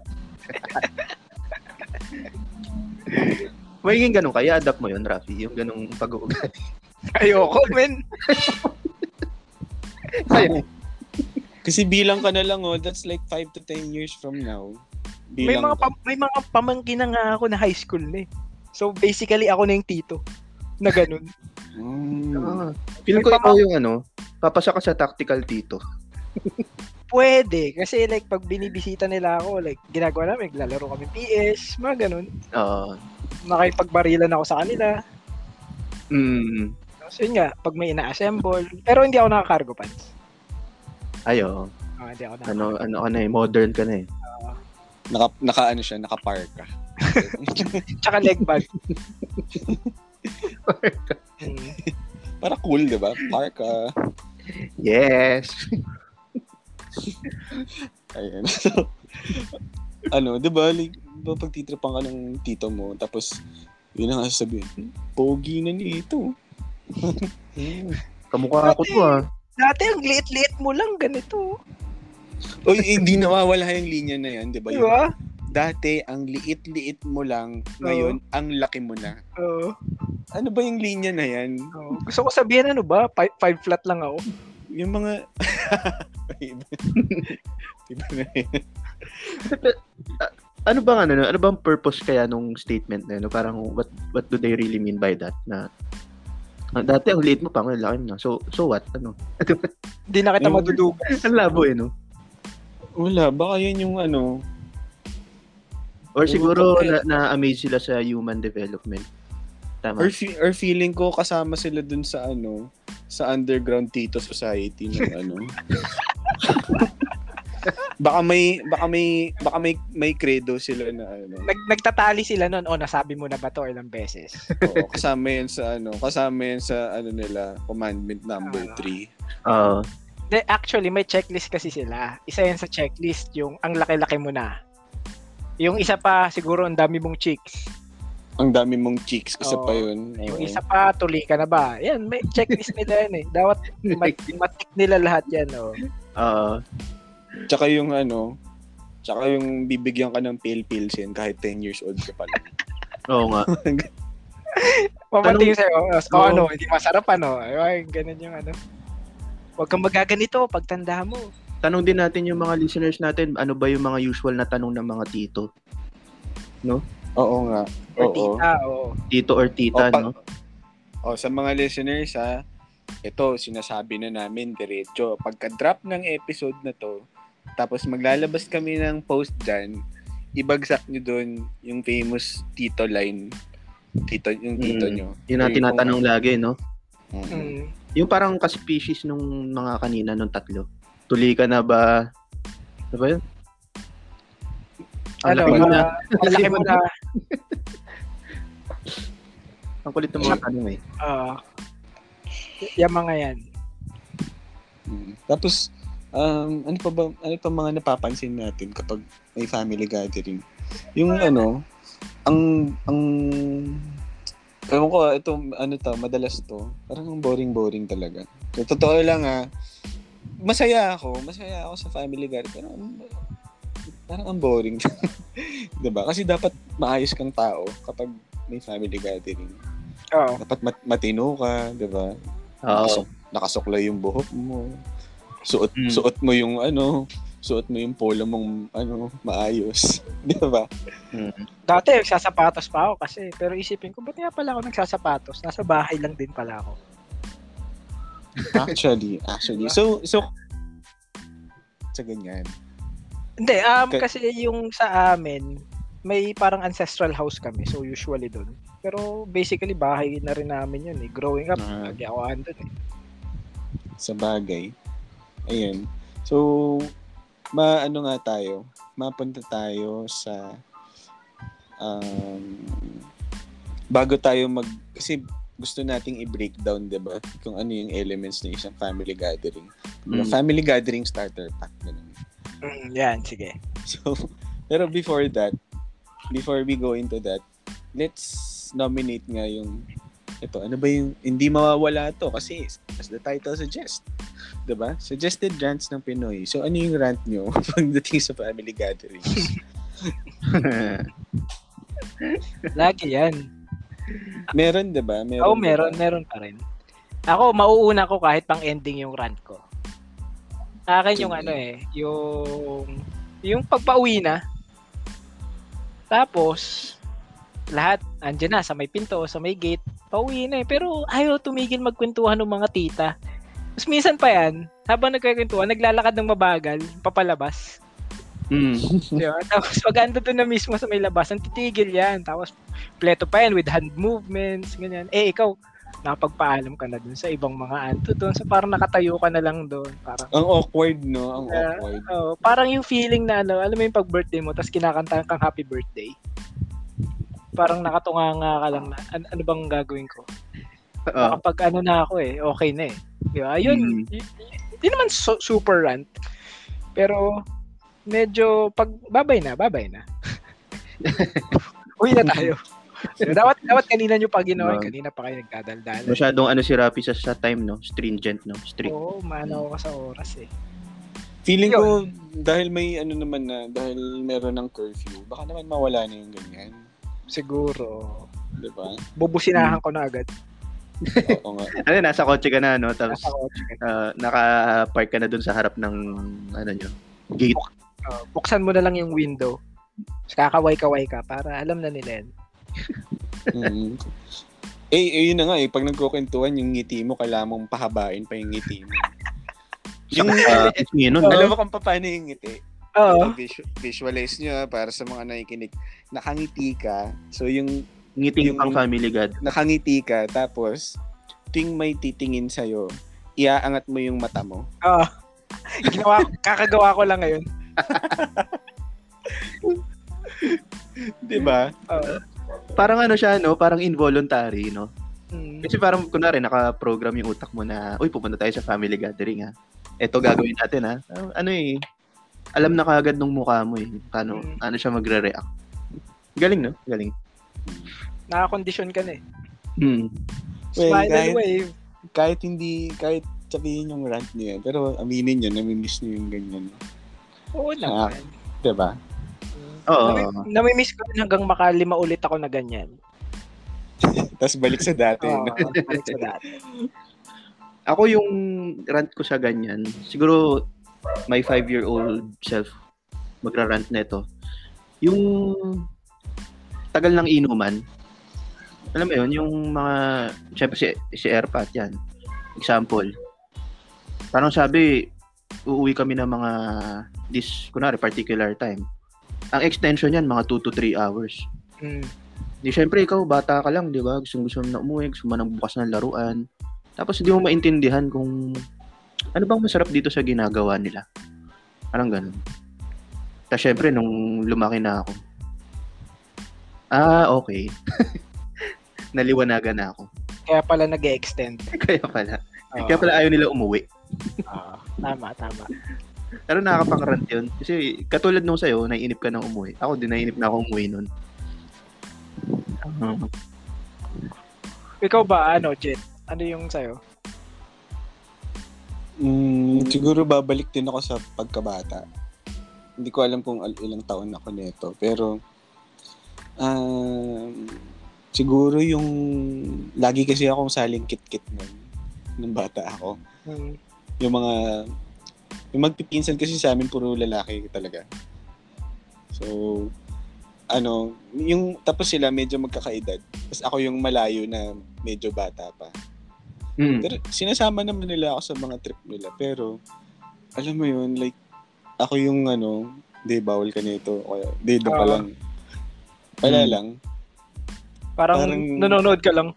Magiging ganun kaya, adapt mo yun, Rafi. Yung ganung pag-uugali. [LAUGHS] Ayoko, men. [LAUGHS] Kasi bilang ka na lang, oh, that's like 5 to 10 years from now. May Bilang mga, ka. pam- may mga pamangkin na nga ako na high school na eh. So, basically, ako na yung tito. Na [LAUGHS] ganun. Mm. Ah, Feel ko May ikaw yung ano, papasa ka sa tactical tito. Pwede. Kasi, like, pag binibisita nila ako, like, ginagawa namin, naglalaro kami PS, mga ganun. Oo. Makipagbarilan ako sa kanila. mm, So, yun nga, pag may ina-assemble. Pero hindi ako naka-cargo pants. ayo. Ah, hindi ako naka Ano, ano ka na eh, modern ka na eh. Naka, naka ano siya, naka-park ka. Tsaka leg [LAUGHS] bag. Mm. Para cool, di ba? Park ka. Yes! Ayan. [LAUGHS] So, ano, di ba, like, di ba pag titripan ka ng tito mo, tapos, yun ang sasabihin, "Hmm, pogi na niya ito. Kamukha ako to ah. Dati ang liit-liit mo lang ganito. Uy, hindi nawawala yung linya na yan, di ba? Di Yun, ba? Dati, ang liit-liit mo lang, ngayon, ang laki mo na. Oo. Ano ba yung linya na yan? oo. Gusto ko sabihin ano ba? Five, five flat lang ako. Yung mga... [LAUGHS] iba, iba na yun. Ano bang ano, ano bang purpose kaya nung statement na yun? Parang what what do they really mean by that? Na ah, dati ang liit mo pa, ngayon laki mo na. So so what? Ano? [LAUGHS] Hindi na kita Yung- madudugan. Ang labo eh, no? Wala, baka yun yung ano, Or siguro Okay. na, na-amaze sila sa human development. Tama. Or, fe- or feeling ko kasama sila dun sa ano, sa underground Tito Society ng ano. [LAUGHS] baka may baka may baka may may credo sila na ano. Nag, nagtatali sila noon. O, nasabi mo na ba to ilang beses? [LAUGHS] Oo, kasama yan sa ano, kasama yan sa ano nila, commandment number Ah. 3. Oo. De, actually, may checklist kasi sila. Isa yan sa checklist. Yung ang laki-laki mo na. Yung isa pa, siguro ang dami mong chicks. Ang dami mong cheeks isa Oo. pa 'yun. Oo. Yung Mm-hmm. isa pa, tuli ka na ba? Yan, may [LAUGHS] checklist nila yan eh. Dapat mat- matik nila lahat yan. Oh. Oo. Tsaka yung ano, tsaka yung bibigyan ka ng pale pills yan kahit 10 years old ka pa lang. Oo nga. Papatingin sa'yo, oh, Oo. ano, hindi masarap ano. Ay, ganun yung ano. Huwag kang magaganito, pagtanda mo. Tanong din natin yung mga listeners natin, ano ba yung mga usual na tanong ng mga tito? Oo nga. Or Oo. tita, oh. oo. Tito or O, tita, Oh, pa- no? O, sa mga listeners, ha, ito, sinasabi na namin diretso. Pagka-drop ng episode na to, tapos maglalabas kami ng post dyan, ibagsak nyo doon yung famous tito line. Tito, yung tito Mm. nyo. Yun ang Yung tinatanong lagi, no? kung- Mm. Mm. Yung parang ka-species nung mga kanina, nung tatlo. Tuli ka na ba? Ano ba yun? Ang Ano, laki mo ah, na. ang laki mo na. Ang kulit ng mga tanong eh. ah, y- yung mga yan. Mm. Tapos, um, ano pa ba, ano pa mga napapansin natin kapag may family gathering? Yung ano, ang, ang, ewan ko, ah, ito, ano to, madalas to, parang ang boring-boring talaga. Sa totoo lang ha, masaya ako, masaya ako sa family gathering, pero ang- parang ang boring. [LAUGHS] 'Di ba Kasi dapat maayos kang tao kapag may family gathering. Oo. Dapat mat- matino ka, diba? 'di ba Oo. [LAUGHS] Nakasuk- nakasuklay yung buhok mo. Suot Mm. suot mo yung ano, suot mo yung polo mong ano, maayos, [LAUGHS] 'di ba? Dati, nagsasapatos pa ako kasi. Pero isipin ko, ba't nga pala ako nagsasapatos? Nasa bahay lang din pala ako. Actually, actually. So so sa ganyan. Hindi, um, Ka- kasi yung sa amin, may parang ancestral house kami. So, usually doon. Pero basically, bahay na rin namin yun eh. Growing up, Ah. lagi ako andun eh. sa bagay. Ayan. So, maano nga tayo? Mapunta tayo sa um, bago tayo mag kasi gusto nating i-breakdown, di ba? Kung ano yung elements ng isang family gathering. Kumbaga, Mm. Family gathering starter pack. Ganun. Mm, yan, sige. [LAUGHS] So, pero before that, before we go into that, let's nominate nga yung ito, ano ba yung hindi mawawala to kasi as the title suggests, 'di ba? Suggested rants ng Pinoy. So ano yung rant nyo [LAUGHS] pagdating sa family gatherings? Lagi yan. Meron 'di ba? Meron. diba? Oo, oh, di ba? meron, meron pa rin. Ako, mauuna ko kahit pang ending yung rant ko. Sa akin yung Sige. ano eh, yung yung pagpauwi na. Tapos lahat andyan na sa may pinto, sa may gate, pauwi na eh. Pero ayaw tumigil magkwentuhan ng mga tita. Tapos minsan pa yan, habang nagkikwentuhan, naglalakad ng mabagal, papalabas. Mm. Di ba? Tapos pag ando doon na mismo sa may labasan, titigil yan. Tapos pleto pa yan with hand movements, ganyan. Eh, ikaw, napagpaalam ka na doon sa ibang mga anto doon. So parang nakatayo ka na lang doon. Parang, Ang awkward no, ang Yeah. awkward. oh, parang yung feeling na ano, alam mo yung pag-birthday mo, tapos kinakantahan kang happy birthday. Parang nakatunga nga ka lang na, "An- ano bang gagawin ko? Ah, Kapag ano na ako eh, okay na eh. Di ba? Yun, y- y- di naman su- super rant. Pero, medyo, pag babay na, babay na. Uy na tayo. dapat dapat kanina nyo pa ginawa, Yun. kanina pa kayo nagdadaldal. masyadong ano si Rapi sa, sa time, no? Stringent, no? Strict. Oo, maano ako sa oras eh. Feeling Yun. ko dahil may ano naman na dahil meron ng curfew, baka naman mawala na yung ganyan, diba? Siguro, 'di [LAUGHS] ba? bubusinahan ko na agad. Oo nga. Ano, nasa kotse ka na, no? Tapos, Nasa kotse ka. ah, naka-park ka na dun sa harap ng, ano nyo, gate. Oh, buksan mo na lang yung window. Tapos kakaway-kaway ka para alam na nila yan. mm Eh, eh, yun na nga eh. Pag nagkukwentuhan, yung ngiti mo, kailangan mong pahabain pa yung ngiti mo. Yung, Yung- [LAUGHS] uh, nun, no? Alam mo kung paano yung ngiti? Oo. Visu- Visualize nyo ah, para sa mga nakikinig. Nakangiti ka. So, yung Ngiting yung- pang family god. nakangiti ka, tapos ting may titingin sa'yo, iaangat mo yung mata mo. Oo. [LAUGHS] Ginawa, kakagawa ko lang ngayon. Di ba? Oo. Parang ano siya, no? Parang involuntary, no? Mm. Kasi parang, kunwari, naka-program yung utak mo na, uy, pupunta tayo sa family gathering, ha? Ito gagawin natin, ha? Ah, Ano eh, alam na kaagad nung mukha mo, eh. Paano, Mm. ano siya magre-react. Galing, no? Galing. Nakakondisyon ka na eh. Hmm. Well, Smile and kahit, wave. kahit hindi, kahit sabihin yung rant niya, pero aminin yun, namimiss niyo yung ganyan. Oo naman. Di ba? Oo. Nami- namimiss ko rin hanggang makalima ulit ako na ganyan. Tapos balik sa dati. Oo, no? balik sa dati. Ako yung rant ko sa ganyan, siguro my five-year-old self magra-rant na ito. Yung tagal ng inuman, alam mo yun, yung mga, syempre si, si Erpat yan, example. Parang sabi, uuwi kami ng mga, this, kunwari, particular time. Ang extension yan, mga 2 to 3 hours. Mm. Di syempre ikaw bata ka lang, 'di ba? Gusto gusto mo na umuwi, gusto mo nang bukas ng laruan. Tapos hindi mo maintindihan kung ano bang masarap dito sa ginagawa nila. Parang ganun. Tapos syempre nung lumaki na ako. Ah, okay. [LAUGHS] Naliwanagan na ako. [LAUGHS] Kaya pala nag-extend. Kaya pala. Oo. Kaya pala ayaw nila umuwi. Oo. tama, tama. Pero nakakapangrant yun. Kasi katulad nung sa'yo, naiinip ka ng umuwi. Ako din, naiinip na ako umuwi nun. Ah, Ikaw ba, ano, Jet? Ano yung sa'yo? Mm, siguro babalik din ako sa pagkabata. Hindi ko alam kung al- ilang taon ako nito, pero um, siguro yung lagi kasi akong saling kit-kit nun, nung bata ako. Mm. Yung mga yung magpipinsan kasi sa amin puro lalaki talaga. So ano, yung tapos sila medyo magkakaedad. Tapos ako yung malayo na medyo bata pa. mm. Pero sinasama naman nila ako sa mga trip nila. Pero, alam mo yun, like, ako yung ano, di, bawal ka nito. O kaya, di, doon ka Ah. lang. Wala Mm. lang. Parang, Parang- nanonood ka lang.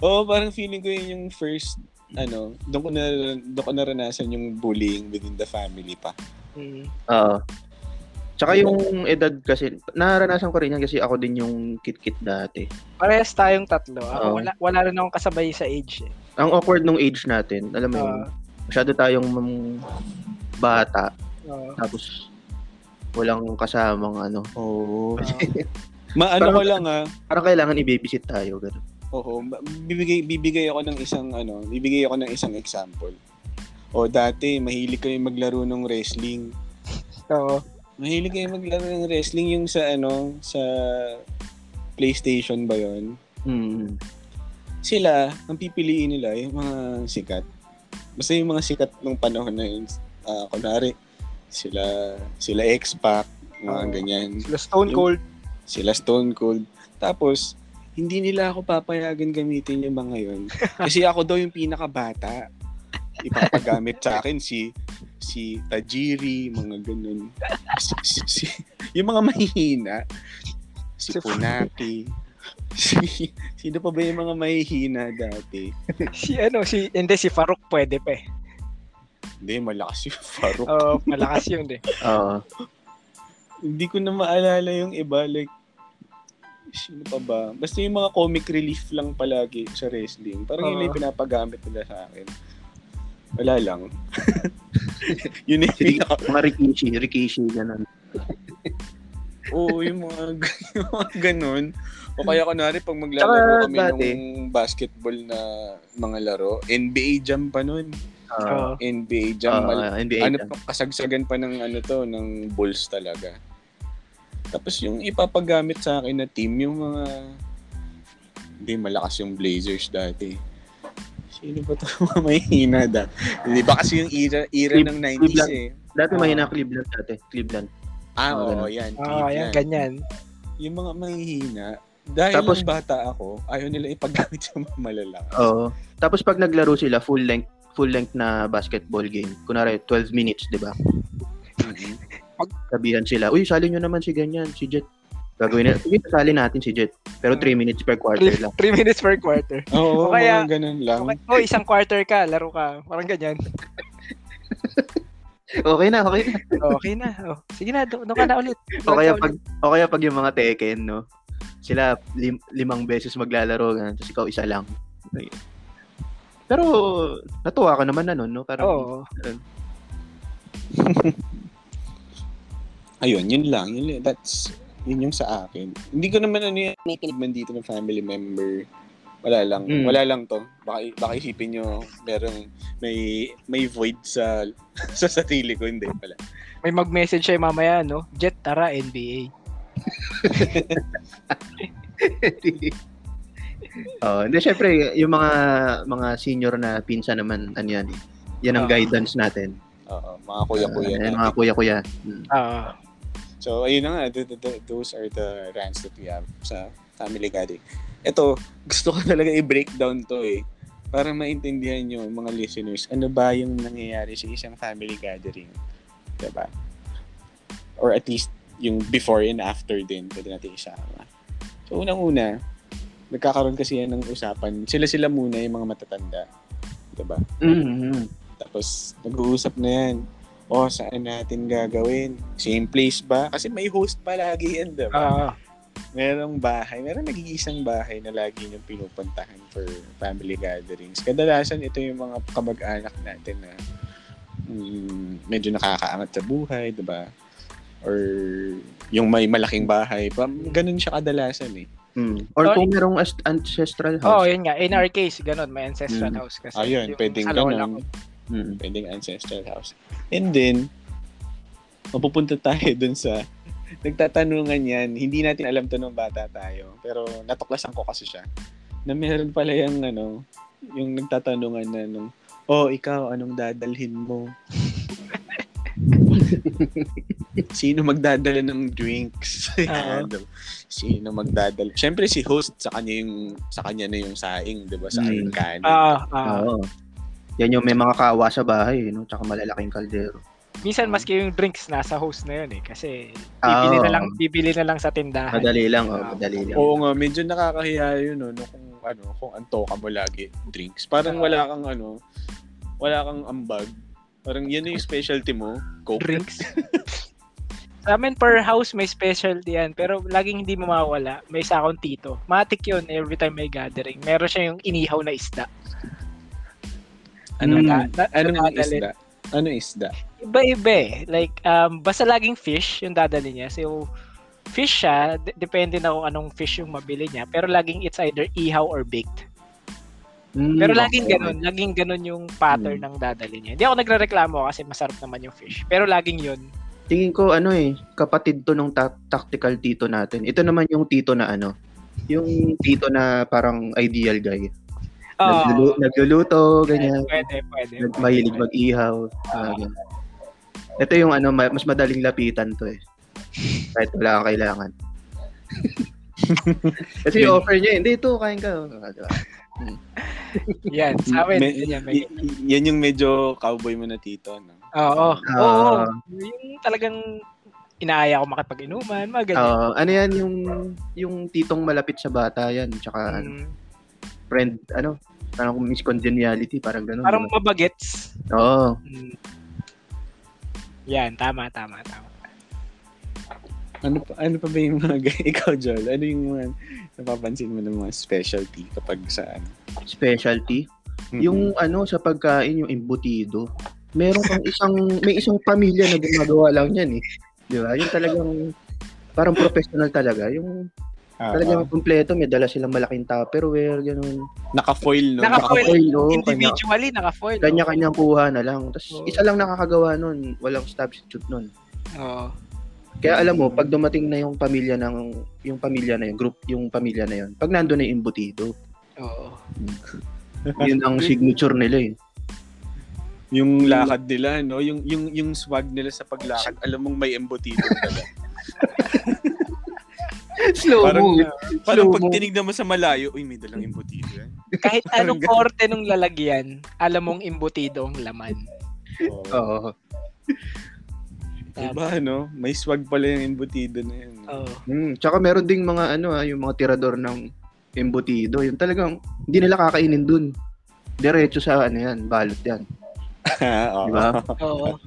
Oo, parang feeling ko yun yung first, ano, doon ko, na, Hmm. doon ko naranasan yung bullying within the family pa. Mm. Oo. Tsaka yung edad kasi, naranasan ko rin yan kasi ako din yung kitkit dati. Parehas tayong tatlo. Ako, Oo. wala, wala rin akong kasabay sa age. Eh. Ang awkward nung age natin, alam mo yun, Oo. masyado tayong mam- bata, [LAUGHS] Oo. tapos walang kasamang ano. Oo. Oo. Maano ko lang ah. Parang kailangan i-babysit tayo. Ganun. Oo, ma- bibigay bibigay ako ng isang ano, bibigay ako ng isang example. O dati mahilig kami maglaro ng wrestling. Oo. Mahilig kayo maglaro ng wrestling yung sa ano, sa PlayStation ba 'yon? Hmm. Sila, ang pipiliin nila yung mga sikat. Basta yung mga sikat nung panahon na yun. Ah, kunwari, sila sila X-Pac, mga Oo. ganyan. Sila Stone Cold. sila Stone Cold. Tapos, hindi nila ako papayagan gamitin yung mga yun. Kasi ako daw yung pinakabata. Ipapagamit sa akin si si Tajiri, mga ganun. Si, si, si- yung mga mahihina. Si Si- Funaki. Si, sino pa ba yung mga mahihina dati? si ano, si, hindi, si Farouk pwede pa eh. Hindi, malakas yung Farok. Oo, malakas yun [LAUGHS] eh. Oo. Hindi ko na maalala yung iba. Like, sino pa ba? Basta yung mga comic relief lang palagi sa wrestling. Parang yun Oo. yung pinapagamit nila sa akin. Wala lang. [LAUGHS] yun yung Sige, pinaka- mga Rikishi, Rikishi, ganun. Oo, yung mga, [LAUGHS] gan- yung mga ganun. O kaya kunwari, pag maglalaro Tsaka kami dati- ng basketball na mga laro, NBA jam pa nun. Oo. ah, Oo. NBA Oo, jam. mal- NBA ano jam. pa kasagsagan pa ng ano to ng Bulls talaga. Tapos yung ipapagamit sa akin na team yung mga hindi malakas yung Blazers dati. Sino ba to [LAUGHS] mga may hina da? Hindi ba kasi yung era, era Clip- ng 90s Cleveland. eh. Dati Oo. mahina Cleveland dati. Cleveland. Ah, Mga oo, ganun. yan. Oo, yan, Cleveland. ganyan. Yung mga may hina, dahil Tapos- Tapos, Oh. bata ako, ayaw nila ipagamit [LAUGHS] sa mga malalakas. Oo. Tapos pag naglaro sila, full length full length na basketball game. Kunwari, 12 minutes, di ba? Mhm. Sabihan sila, uy, sali nyo naman si ganyan, si Jet. Gagawin na, sige, sali natin si Jet. Pero 3 minutes per quarter lang. 3 minutes per quarter. Oo, O kaya- mga ganun lang. Okay. Oh, isang quarter ka, laro ka. Parang ganyan. [LAUGHS] Okay na, okay na. Okay na. Oh. Sige na, do- doon ka na ulit. O Doon kaya ka pag, o kaya pag yung mga Tekken, no? Sila, lim- limang beses maglalaro, ganun. Tapos ikaw, isa lang. Pero, natuwa ka naman na nun, no? ulit. Parang, Oo. ayun, yun lang. Yun, that's, yun yung sa akin. Hindi ko naman ano yan, may pinagman dito ng family member. Wala lang. Mm. Wala lang to. Baka, baka isipin nyo, merong, may, may void sa, [LAUGHS] sa sarili ko. Hindi, wala. May mag-message siya mamaya, no? Jet, tara, NBA. oh, hindi syempre yung mga mga senior na pinsan naman ano yan. eh. Yan ang Ah. guidance natin. Oo, mga kuya-kuya. Ah, yan, natin. mga kuya-kuya. Mm. Oo. So, ayun na nga. th- th- th- those are the rants that we have sa Family Gathering. Ito, gusto ko talaga i-breakdown to eh. Para maintindihan nyo, mga listeners, ano ba yung nangyayari sa isang family gathering? Diba? Or at least, yung before and after din, pwede natin isama. So, unang-una, nagkakaroon kasi yan ng usapan. Sila-sila muna yung mga matatanda. Diba? Mm-hmm. Tapos, nag-uusap na yan. O, saan natin gagawin? Same place ba? Kasi may host pa lagi yan, diba? Oo. merong bahay, merong nag-iisang bahay na lagi niyong pinupuntahan for family gatherings. Kadalasan, ito yung mga kamag-anak natin na mm, medyo nakakaangat sa buhay, di ba? Or yung may malaking bahay. Pa, ganun siya kadalasan eh. Hmm. Or Or- kung merong ast- ancestral Oo, house. Oh, yun nga. In our case, ganun. May ancestral Mm. house kasi. Ayun, yung pwedeng sa lola ganun. ko. Mm. pwedeng ancestral house. And then, mapupunta tayo dun sa nagtatanungan yan. Hindi natin alam to nung bata tayo. Pero natuklasan ko kasi siya. Na meron pala yung ano, yung nagtatanungan na nung, oh, ikaw, anong dadalhin mo? [LAUGHS] Sino magdadala ng drinks? [LAUGHS] Ah. Sino magdadala? Siyempre si host sa kanya yung sa kanya na yung saing, 'di ba? Sa aking kanin. Oo, oo. Oo. Yan yung may mga kawa sa bahay, eh, no? Tsaka malalaking kaldero. Minsan maski yung drinks nasa host na yun eh kasi Ah, bibili na oo. lang bibili na lang sa tindahan. Madali lang, oh, Ah. madali lang. Oo nga, medyo nakakahiya yun, no, no, kung ano, kung antoka mo lagi drinks. Parang wala kang ano, [LAUGHS] wala kang ambag. Parang yan na yung specialty mo, Coke. Drinks. Ramen per house may specialty yan. Pero laging hindi mawawala. May isa akong tito. Matik yun every time may gathering. Meron siya yung inihaw na isda. Anong, Na- na- anong nadadali. Ano isda? Anong isda? Iba-iba eh. Like, um, basta laging fish yung dadali niya. So, fish siya. d- depende na kung anong fish yung mabili niya. Pero laging it's either ihaw or baked. Hmm, Hmm. Pero laging ganun, laging ganun yung pattern Mm. ng dadali niya. Hindi ako nagrereklamo kasi masarap naman yung fish. Pero laging yun. Tingin ko ano eh, kapatid to nung ta- tactical tito natin. Ito naman yung tito na ano, yung tito na parang ideal guy. Oo. Ah. Naglulu- nagluluto, ganyan. Pwede, pwede. Nag- pwede. Mahilig mag-ihaw. Ah. mga ganyan. Ito yung ano, ma- mas madaling lapitan to eh. Kahit wala [LAUGHS] kang kailangan. Kasi yung offer niya, eh. hindi ito, kain ka. Ah, diba? Yan, sa amin. Me- yan, may- y- y- yan yung medyo cowboy mo na tito, no? Oo. Ah. Oo. Yung talagang inaaya ko makipag-inuman, mga ganyan. Ah, ano yan, yung, yung titong malapit sa bata yan. Tsaka ano, Mm, friend, ano, parang kung miscongeniality, parang ganun. parang diba? mabagets. Oo. Mm. Yan, tama, tama, tama. Ano pa, ano pa ba yung mga, [LAUGHS] ikaw, Joel, ano yung mga napapansin mo ng mga specialty kapag sa ano? specialty. Hmm. Yung ano, sa pagkain, yung embutido. Meron kang isang, may isang pamilya na gumagawa lang yan eh. Di ba? Yung talagang, parang professional talaga. Yung Ah, talagang kumpleto, may dala silang malaking tupperware, ganun. naka-foil, no? Naka- Naka-foil. Naka-foil, no? Kanya, Individually, naka-foil. oh. kanya-kanyang kuha na lang. Tapos, Oo. isa lang nakakagawa nun. Walang substitute nun. Oo. Kaya alam mo, pag dumating na yung pamilya ng, yung pamilya na yun, group, yung pamilya na yun, pag nandun na yung embutido, [LAUGHS] Oo. yun ang signature nila eh. Yung lakad nila, no? Yung, yung, yung swag nila sa paglakad, alam mong may embutido talaga. Slow Parang- mo. Parang Slow pag mo. tinignan mo sa malayo, uy, may dalang embutido yan. Kahit anong korte nung lalagyan, alam mong imbutido ang laman. Oh. Oo. Diba, no? May swag pala yung embutido na yun. no? Oo. Mm, tsaka meron ding mga ano ah, yung mga tirador ng embutido, yung talagang hindi nila kakainin dun. Diretso sa ano yan, balot yan. [LAUGHS] Oo. Diba? Oo. [LAUGHS]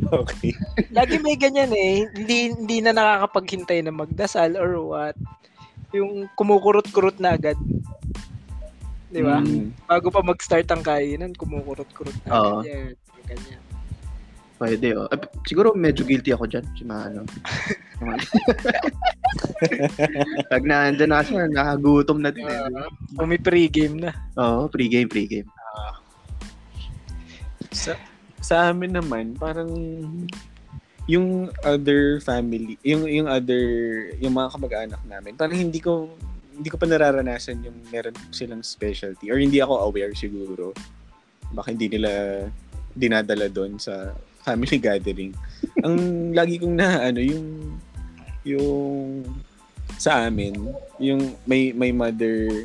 Okay. Lagi may ganyan eh. Hindi, hindi na nakakapaghintay na magdasal or what. Yung kumukurot-kurot na agad. Di ba? Mm. Bago pa mag-start ang kainan, kumukurot-kurot na Oo. agad. Yan. Ganyan. Pwede oh. Ah, siguro medyo guilty ako dyan sa mga [LAUGHS] ano. sa mga- Pag naandyan na kasi, nakagutom na din. Eh. Uh, may pre-game na. Oo, pre-game, pre-game. Sa, sa amin naman, parang yung other family, yung yung other yung mga kamag-anak namin, parang hindi ko hindi ko pa nararanasan yung meron silang specialty or hindi ako aware siguro. Baka hindi nila dinadala doon sa family [LAUGHS] gathering. Ang lagi kong na ano yung yung sa amin, yung may may mother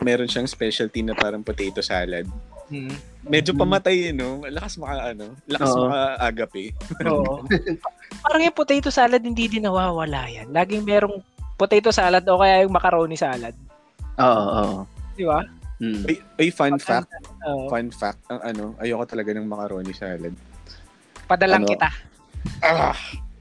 meron siyang specialty na parang potato salad Hmm. medyo pamatay eh, no? Lakas maka, ano, lakas Mm-hmm. Oo. maka agape. [LAUGHS] Oo. Parang yung potato salad, hindi din nawawala yan. Laging merong potato salad o kaya yung macaroni salad. Oo, oo. Di ba? ano, Mm. Ay, ay, fun fact, Oo. fun fact, ang ano, ayoko talaga ng macaroni salad. padalang Ano? kita. Ah!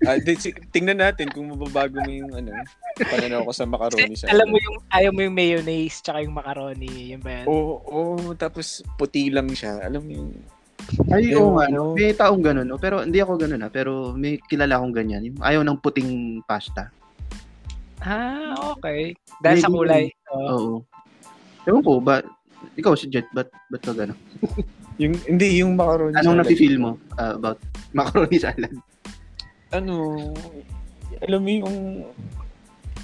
Ah, di- si- tingnan natin kung mababago mo yung ano, pananaw ko sa macaroni Kasi, salad. alam mo yung, ayaw mo yung mayonnaise tsaka yung macaroni. Yun ba yan? Oo, oo, tapos puti lang siya. Alam mo yung, Ay, oo nga. Ewan ko. May taong ganun, no? pero hindi ako ganun. Ah. Pero may kilala akong ganyan. Yung Ayaw ng puting pasta. Ah, okay. Dahil sa Maybe- kulay. Oo. Oo. Ewan ko, ba, ikaw si Jet, ba't, ba't ka ganun? yung, hindi, yung macaroni Anong salad. nafe-feel mo ah, about [LAUGHS] macaroni salad? Ano, alam mo yung,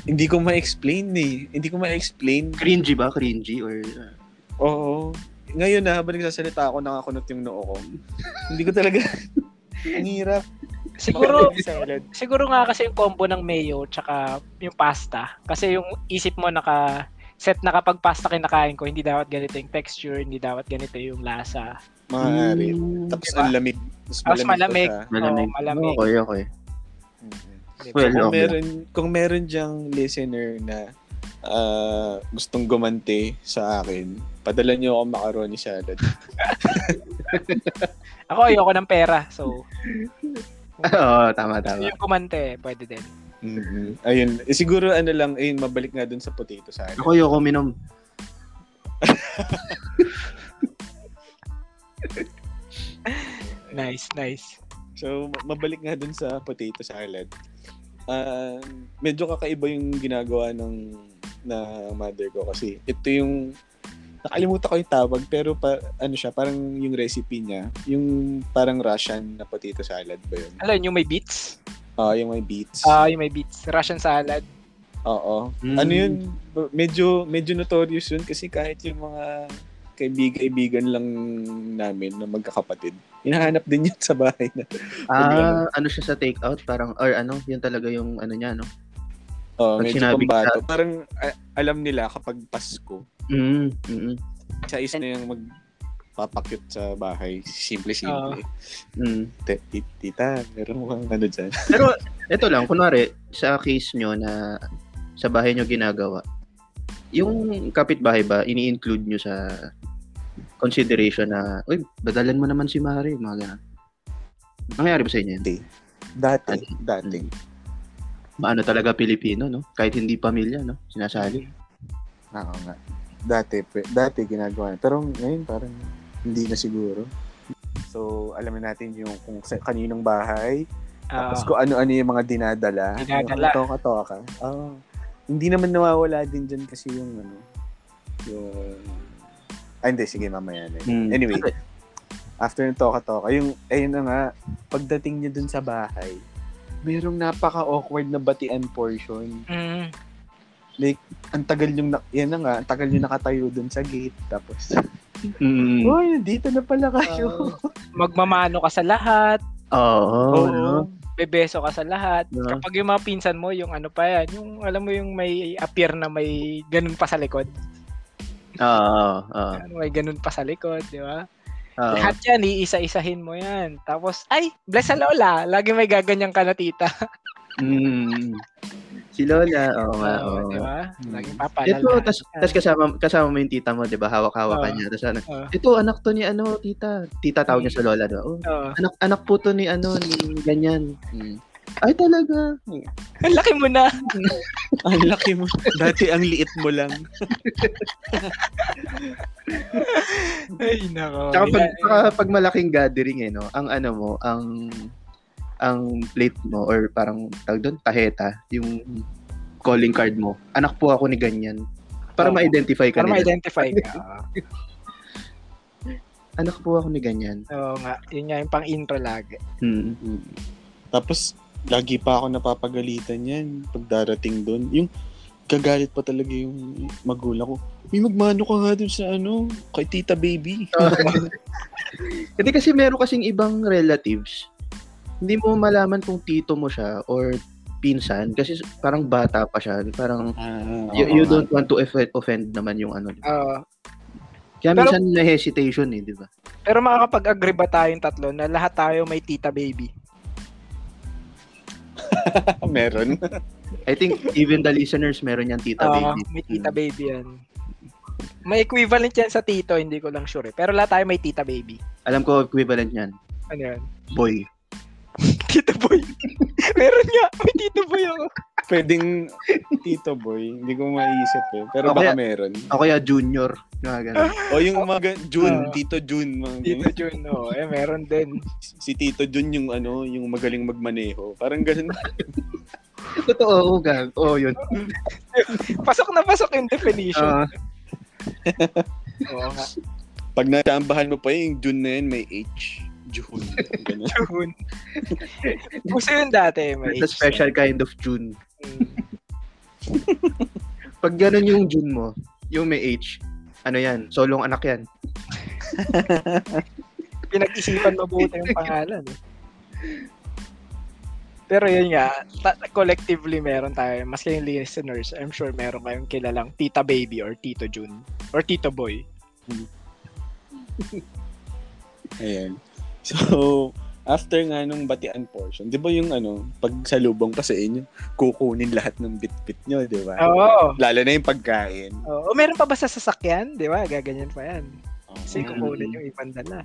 hindi ko ma-explain eh. Hindi ko ma-explain Cringy ba? Cringy? Or, uh, Oo. Ngayon na, habang nagsasalita ako, nakakunot yung noo ko. Hindi ko talaga... Ang hirap. Siguro, Macaroni salad. siguro nga kasi yung combo ng mayo tsaka yung pasta. Kasi yung isip mo naka set na kapag pasta kinakain ko, hindi dapat ganito yung texture, hindi dapat ganito yung lasa. Maaari. Tapos Diba? ang lamig. Tapos Tapos malamig. pa siya. Hmm. malamig. Oo, malamig. Okay, okay. [LAUGHS] Mm. Diba? Well, Kung okay. meron, kung meron diyang listener na ah, gustong gumante sa akin, padala niyo ako macaroni salad. Ako ayoko ng pera, so Oo, tama, tama. Yung kumante, pwede din. Mhm. Ayun. Eh, siguro ano lang, ayun, mabalik nga dun sa potato salad. Ako yoko minom. Nice, nice. So, ma- mabalik nga dun sa potato salad. Ah, medyo kakaiba yung ginagawa ng na mother ko kasi ito yung nakalimutan ko yung tawag pero pa, ano siya parang yung recipe niya yung parang Russian na potato salad ba yun? Alam yung may beets? Ah, yung may beets. Ah, yung may beets. Russian salad. Oo. Mm. Ano yun? Medyo medyo notorious yun kasi kahit yung mga kaibigan-ibigan lang namin na magkakapatid, hinahanap din yun sa bahay na. Ah, ano siya sa takeout? Parang, or ano, yun talaga yung ano niya, no? Oh, Pag medyo sinabi pambato. Parang a- alam nila kapag Pasko, Mm, mm, siya is na yung magpapakyut sa bahay. Simple-simple. mm. Te- ti- Tita, meron kang ano dyan. [LAUGHS] Pero, ito lang, kunwari, sa case nyo na sa bahay nyo ginagawa, yung kapitbahay ba, ini-include nyo sa consideration na, uy, badalan mo naman si Mari, mga ganun. Nangyari ba sa inyo yun? Dati, Ano? dati. Maano talaga Pilipino, no? Kahit hindi pamilya, no? Sinasali. Oo nga. Dati, pe- dati ginagawa. Pero ngayon parang hindi na siguro. So, alamin natin yung kung sa, kaninong bahay, Ah, Tapos kung ano-ano yung mga dinadala. Yung Dinadala. toka-toka. Oo. Hindi naman nawawala din dyan kasi yung ano, yung... Ah, hindi. Sige, mamaya na. yun. Mm. Anyway, after yung toka-toka, yung, ayun na nga, pagdating niya dun sa bahay, merong napaka-awkward na batian portion. mm, Ang tagal yung, na- yan na nga, ang tagal yung nakatayo dun sa gate. Tapos, Mm. Oo. Uy, dito na pala [LAUGHS] kayo. magmamano ka sa lahat, Oo. no? bebeso ka sa lahat. No. Kapag yung mga pinsan mo, yung ano pa yan, yung alam mo yung may appear na may ganun pa sa likod. Oo. oo, Ano, may ganun pa sa likod, di ba? oo. Lahat yan, iisa-isahin mo yan. Tapos, ay, bless sa lola. Lagi may gaganyan ka na tita. Mm. Si Lola, oo nga. Oo, oo. [LAUGHS] di ba? Mm. Lagi Hmm. Ito, papalala. tas, tas kasama, kasama mo yung tita mo, di ba? Hawak-hawak ka Oo. niya. Tas ano, Oo. Mm. ito, anak to ni ano, tita. Tita tawag niya sa Lola, di ba? Oh, Oo. [LAUGHS] anak, anak po to ni ano, ni ganyan. Mm. Ay, talaga. Mm. Ang laki mo na. Ang laki mo. Dati ang liit mo lang. Ay, nako. Tsaka pag, Ila- tsaka pag malaking gathering, eh, no, ang ano mo, ang ang plate mo or parang tawag doon, taheta, yung calling card mo. Anak po ako ni ganyan. Para Oo. ma-identify ka Para nila. ma-identify [LAUGHS] ka. Anak po ako ni ganyan. Oo nga. Yun nga, yung pang-intro lagi. Mm. Hmm. Tapos, lagi pa ako napapagalitan yan pag darating doon. Yung gagalit pa talaga yung magulang ko. May magmano ka nga dun sa ano, kay Tita Baby. [LAUGHS] Hindi kasi meron kasing ibang relatives. Hindi mo malaman kung tito mo siya or pinsan kasi parang bata pa siya. Parang Ah, you, oo you nga. don't want to offend, offend naman yung ano. Oo. Kaya Pero- minsan may hesitation eh, di ba? Pero makakapag-agree ba tayong tatlo na lahat tayo may tita baby? Ah, [LAUGHS] Meron. I think even the listeners meron yan tita Oo, baby. Hmm. may tita baby yan. May equivalent yan sa tito, hindi ko lang sure. eh. Pero lahat tayo may tita baby. Alam ko equivalent niyan. Ano yan? Boy. Tito boy. [LAUGHS] Meron nga. May tito boy ako. Pwedeng Tito Boy. Hindi ko maiisip eh. Pero O baka kaya- meron. O kaya junior. Mga ganun. [LAUGHS] O yung mga June, Ah. Tito June. Mga Tito ganyan. Jun, oo. Eh, meron din. Si Tito June yung ano, yung magaling magmaneho. Parang ganun. Totoo, oo, gag. Oo, yun. Pasok na pasok yung definition. [LAUGHS] Ah, Oo nga. Pag natambahan mo pa yun, yung June na yun, may H. June. Ganun. [LAUGHS] Jun. Puso yun dati. eh, May H. it's a special kind of June. Mm. Pag ganun yung June mo, yung may H, ano yan, solong anak yan. pinag-isipan mabuti yung pangalan. eh. Pero yun nga, ta- collectively meron tayo, mas kayong listeners, I'm sure meron kayong kilalang Tita Baby or Tito Jun or Tito Boy. [LAUGHS] Ayan. So, after nga nung batian portion, di ba yung ano, pag salubong pa sa inyo, kukunin lahat ng bit-bit nyo, di ba? Oo. Lalo na yung pagkain. Oh, meron Oh. pa ba sa sasakyan? Di ba? Gaganyan pa yan. Kasi Mm. kukunin yung ibang dala.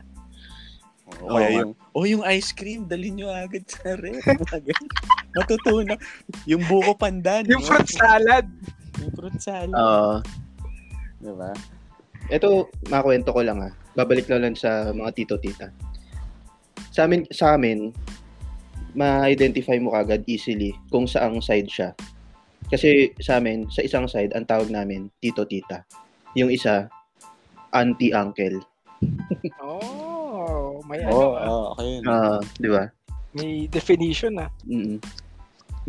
O kaya yung, oh, yung ice cream, dalhin nyo agad sa ref. [LAUGHS] Mga ganun. Matutunan. Yung buko pandan. Yung fruit salad. Yung fruit salad. Oo. Diba? Ito, makuwento ko lang ah. Babalik na lang sa mga tito-tita. Sa amin, sa amin, ma-identify mo kagad easily kung saang side siya. Kasi sa amin, sa isang side, ang tawag namin, tito-tita. Yung isa, auntie-uncle. Oh, may Oo, ano, ah, oh, okay yun. Ah, di ba? may definition na. Mm.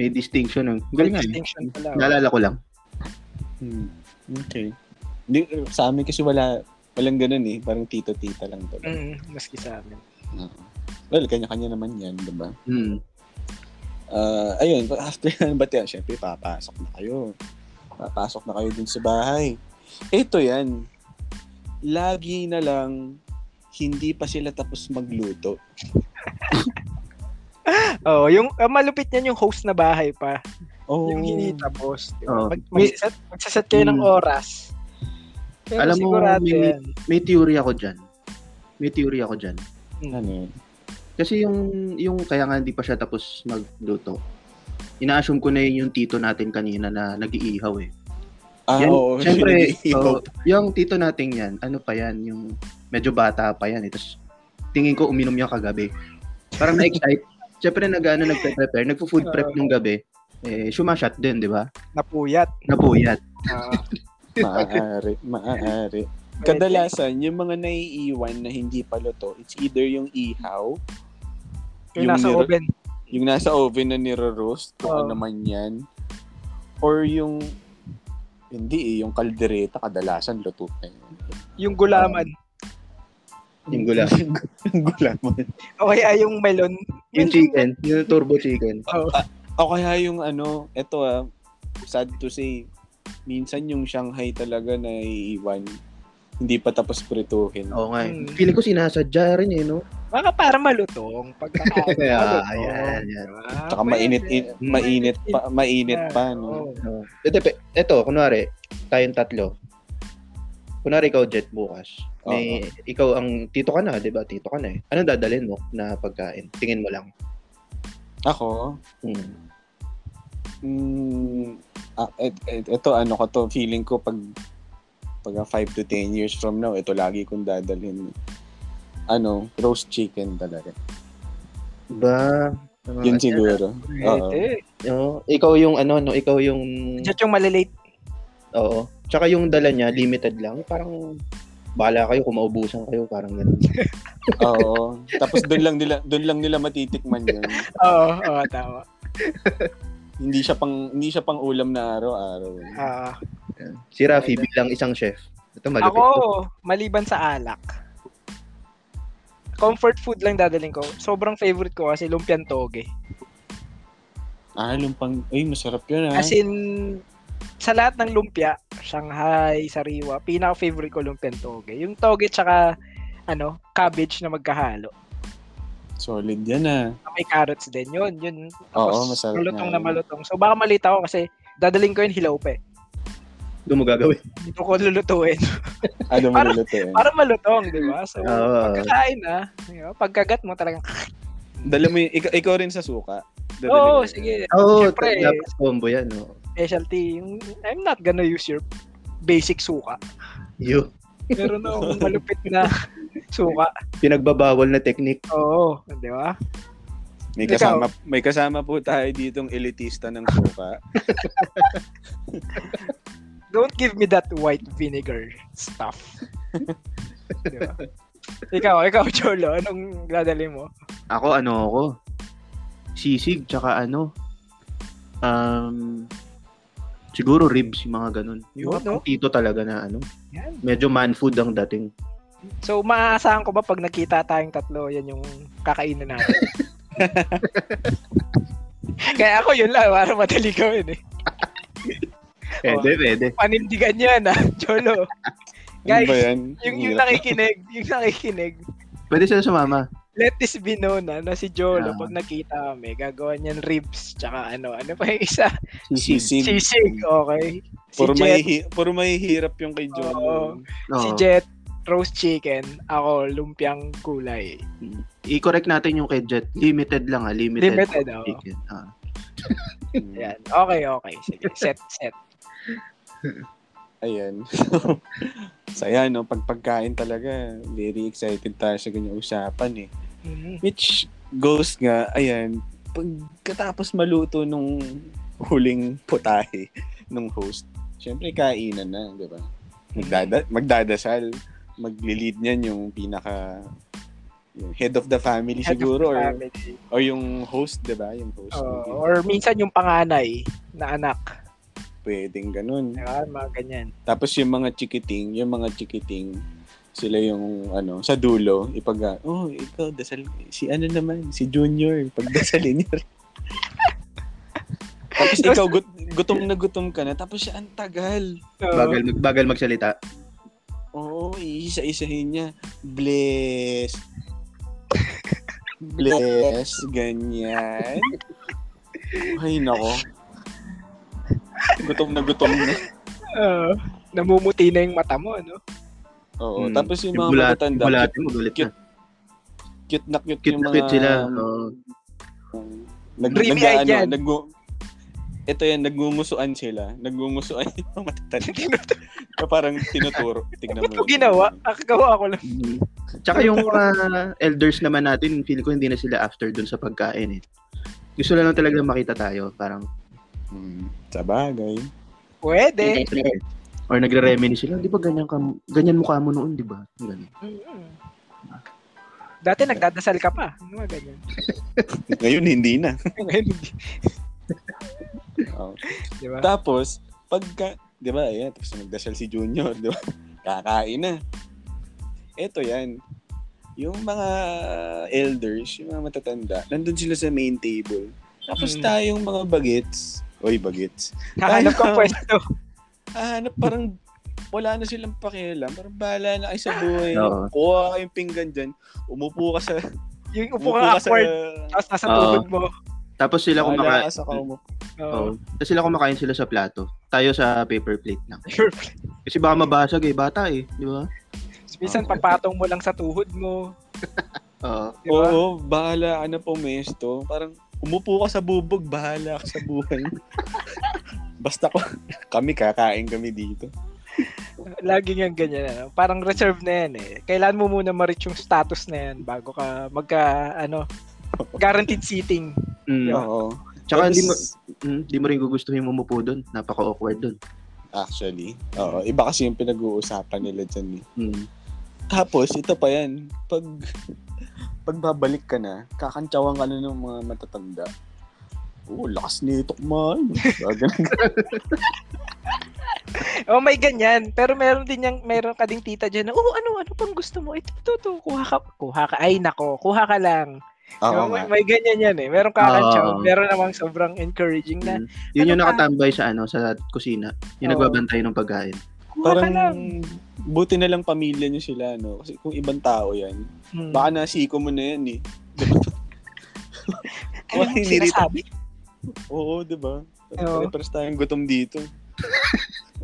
May distinction. Ang May galing nga. eh. distinction pala. oh. Naalala ko lang. Hmm. Okay. Di, sa amin kasi wala, walang ganun eh. Parang tito-tita lang talaga. Mm, maski sa amin. Oo. Well, kanya-kanya naman yan, diba? Mm. Ah, ayun, [LAUGHS] after ng batian, syempre, papasok na kayo. Papasok na kayo dun sa bahay. Ito yan. Lagi na lang, hindi pa sila tapos magluto. Oh, yung ah, malupit niyan yung host na bahay pa. Oh, Yung hindi tapos. di Oh. ba? Mag, magsaset, magsaset kayo ng Mm. oras. Pero Alam mo, sigurado may- yan. May theory ako dyan. May theory ako dyan. ano yun? Kasi yung yung kaya nga hindi pa siya tapos magluto. Ina-assume ko na yun yung tito natin kanina na nag-iihaw eh. Ah, Yan, oo. [LAUGHS] syempre, oo. [LAUGHS] oo, yung tito natin yan, ano pa yan, yung medyo bata pa yan. Eh. Tapos, tingin ko uminom niya kagabi. Parang [LAUGHS] na-excite. Siyempre, nag-ano, nagpe-prepare, nagpo-food prep nung gabi. Eh, sumasyat din, di ba? [LAUGHS] napuyat. Napuyat. Ah, maaari, maaari. Kadalasan, yung mga naiiwan na hindi pa luto, it's either yung ihaw, yung, yung nasa niro- oven. yung nasa oven na niro-roast, kung Oo. ano man yan, or yung, hindi eh, yung kaldereta, kadalasan luto na yun. Yung gulaman. Yung gula. [LAUGHS] yung gulaman. O kaya yung melon. Oh. Yung chicken, yung turbo chicken. Oh, O kaya yung ano, eto ah, sad to say, minsan yung Shanghai talaga naiiwan, hindi pa tapos prituhin. Oo nga eh. Mm. Feeling ko sinasadya rin eh, no? Ano? baka para malutong. Pagkakain. [LAUGHS] Kaya, malutong, ayan, ayan. diba? [LAUGHS] Tsaka Pwede. mainit, in- eh. mainit pa, mainit pa, no? Oo. Oo. Ito, pe- ito, kunwari, tayong tatlo. Kunwari ikaw, Jet, bukas. May, Ikaw ang tito ka na, di ba? Tito ka na eh. Anong dadalhin mo na pagkain? Tingin mo lang. Ako, Hmm. Mm, ah, et, et, eto ano ko to, feeling ko pag pag 5 to 10 years from now, ito lagi kong dadalhin ano, roast chicken talaga. Ba? Mga- Yun [LAUGHS] siguro. Pwede. Oo. ikaw yung ano, no? Ikaw yung... Just yung malilate. [LAUGHS] Oo. Tsaka yung dala niya, limited lang. Parang, bahala kayo kung maubusan kayo. Parang ganun. Oo. Tapos doon lang nila doon lang nila matitikman yun. Oo, oo, tama. Hindi siya pang hindi siya pang ulam na araw-araw. Ah, Si Rafi bilang isang chef. Ito malupit. ako, to. maliban sa alak. Comfort food lang dadaling ko. Sobrang favorite ko kasi lumpiang toge. Ah, lumpang, ay masarap 'yun ah. As in, sa lahat ng lumpia, Shanghai, Sariwa, pinaka-favorite ko lumpiang toge. Yung toge tsaka, ano, cabbage na magkahalo. Solid 'yan ah. May carrots din. Yun, yun. Oo, masarap nga malutong na yun. malutong. So, baka malita ako kasi dadaling ko yun hilaw pa eh. Doon mo gagawin. Hindi ko ko [LAUGHS] lulutuin. Ano mo Parang- lulutuin? Para malutong, di ba? So, Oo. pagkakain na, di ba? pagkagat mo talagang, Dala mo yung- ikaw, ikaw rin sa suka. Dadalhin oo, mo. sige, Oo, Siyempre. dapat combo yan, no? specialty. Yung, I'm not gonna use your basic suka. Yo. Pero no, [LAUGHS] malupit na suka. Pinagbabawal na technique. Oo, di ba? May Ikaw. kasama, may kasama po tayo ditong elitista ng suka. Don't give me that white vinegar stuff. di ba? Ikaw, ikaw, Cholo, anong dadali mo? Ako, ano ako? Sisig, tsaka ano? Um, siguro ribs, yung mga ganun. Yung Yun, no? mga tito talaga na ano. Yan. Medyo man food ang dating. So, maaasahan ko ba pag nakita tayong tatlo, yan yung kakainin [LAUGHS] natin? Kaya ako yun lang, para madali gawin eh. Oh. Pwede, pwede. Panindigan yan ah, Cholo. Guys, ano ba yan? Yung, yung Hirap. nakikinig, yung nakikinig, Pwede sila sumama. let this be known ah, na si Jolo, Ah. pag nakita kami, gagawa niyan ribs, tsaka ano, ano pa yung isa? Sisig. Sisig, okay? Si Puro, Jet, may, puro may hirap yung kay John. Oo. Oo. si Jet, roast chicken, ako lumpiang gulay. I-correct natin yung kay Jet. Limited lang ah. Limited. Limited, oo. Chicken. Ah. Mm. Yan. Okay, okay. [LAUGHS] Sige, set, set. Ayan. [LAUGHS] So, so ayan, no, pagpagkain talaga, very excited tayo sa ganyang usapan eh. Mhm. Which goes nga, ayan, pagkatapos maluto nung huling putahe nung host, syempre kainan na, di ba? Magdada- magdadasal, maglilid niyan yung pinaka yung head of the family Head of siguro or, the family. or yung host, di ba? Yung host. Oo, Hindi or minsan yung panganay na anak. Pwedeng ganun. Diba? Mga ganyan. Tapos yung mga chikiting, yung mga chikiting, sila yung ano, sa dulo, ipag, oh, ikaw, dasal, si ano naman, si Junior, pagdasalin niya. rin." tapos ikaw, gut- gutom na gutom ka na, tapos siya, ang tagal. So, Bagal, mag- bagal magsalita. Oo, iisa-isahin niya. Bless. Bless, ganyan. Ay, nako. Gutom na gutom na. oo, ah, namumuti na yung mata mo, ano? Oo, Mm. tapos yung mga bulat- matatanda, yung bulate mo, galit na. cute- cute na cute, Cute yung na mga... cute sila. oo. Nag, Dreamy nag, eyed yan. ano, naggu ito yan, nagngungusuan sila. Nagngungusuan [LAUGHS] yung mga matatanda. Na [LAUGHS] parang tinuturo. Tignan Ba't mo. ko Ano ginawa? Akagawa ko lang. Mm. Tsaka yung mga elders naman natin, feel ko hindi na sila after dun sa pagkain eh. Gusto na lang talaga makita tayo. Parang, Hmm, sa bagay. [LAUGHS] Pwede. or nagre-reminisce sila, di ba ganyan, ka, ganyan mukha mo noon, di ba? Ganun. Mhm. Dati nagdadasal ka pa. Ano mga ganyan? Ngayon, hindi na. Ngayon, hindi. Diba? Oo. Di ba? Tapos, pagka, di ba, ayan, tapos nagdasal si Junior, di ba? [LAUGHS] Kakain na. Ito yan. Yung mga elders, yung mga matatanda, nandun sila sa main table. Tapos Mm. tayong mga bagets, oy bagets, Hahanap kang pwesto. hahanap Ah, ano, parang wala na silang pakialam. Parang bahala na kayo sa buhay. Oo. Kuha kayong pinggan dyan. Umupo ka sa... Yung Umupo upo ka ka sa... awkward. Tapos nasa Oo. tuhod mo. Tapos sila Bahala kumakain. ka sa kaumupo. Oo. [LAUGHS] Oh. Tapos sila kumakain sila sa plato. Tayo sa paper plate lang. Sure. Kasi baka mabasag eh, bata eh, di ba? Minsan Oo. papatong mo lang sa tuhod mo. diba? Oo. Di ba? Oo, bahala ka na pumesto. Parang umupo ka sa bubog, bahala ka sa buhay. [LAUGHS] mo. Basta ko, kami kakain kami dito. Laging yung ganyan. Ano? Parang reserve na yan eh. Kailan mo muna ma-reach yung status na yan bago ka magka, ano, guaranteed seating. Mm. Oo. Tapos, Tsaka hindi mo, mm, hindi mo rin gugustuhin umupo doon. Napaka-awkward doon. Actually, oo. Iba kasi yung pinag-uusapan nila dyan. eh. Mm. Tapos, ito pa yan. Pag, pagbabalik ka na, kakantsawan ka na ng mga matatanda. Oo, lakas nito, man. Diba? Ganun. Oh, may ganyan. Pero meron din yung, meron ka ding tita dyan na, oh, ano, ano pang gusto mo? Ito, ito, ito. Kuha ka, kuha ka. Ay, nako. Kuha ka lang. Ah, oo [LAUGHS] Diba? nga. may, may ganyan yan eh. Meron ka Oo. kantsaw. Meron namang sobrang encouraging na, Mm. Ano Yun yung pa? nakatambay sa ano sa kusina. Yung Oo. nagbabantay ng pagkain. kuha ka Parang, lang. buti na lang pamilya nyo sila, no? Kasi kung ibang tao yan, Hmm. Baka nasiko mo na yan eh. Diba? Ano Wala, yung nirita. sinasabi? Oo, diba? di ba? Oo. Pare-pares tayong gutom dito.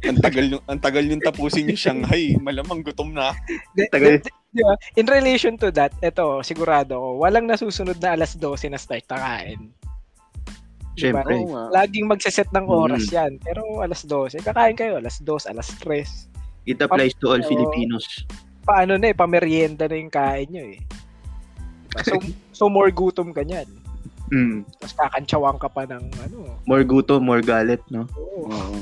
ang tagal yung ang tagal yung tapusin yung Shanghai, malamang gutom na. ako. Di- Tagal. di- di ba? In relation to that, eto, sigurado ko, walang nasusunod na alas 12 na start na kain. Di ba? Siyempre. Oo nga. Laging magsaset ng oras yan. Pero alas 12, kakain kayo alas 2, alas 3. It applies to all Oo. Filipinos. Paano na eh, pamerienda na yung kain nyo eh. Diba? So, so more gutom ka niyan. Mm. Tapos kakantsawang ka pa ng ano. More guto, more galit, no? Oo. Oo.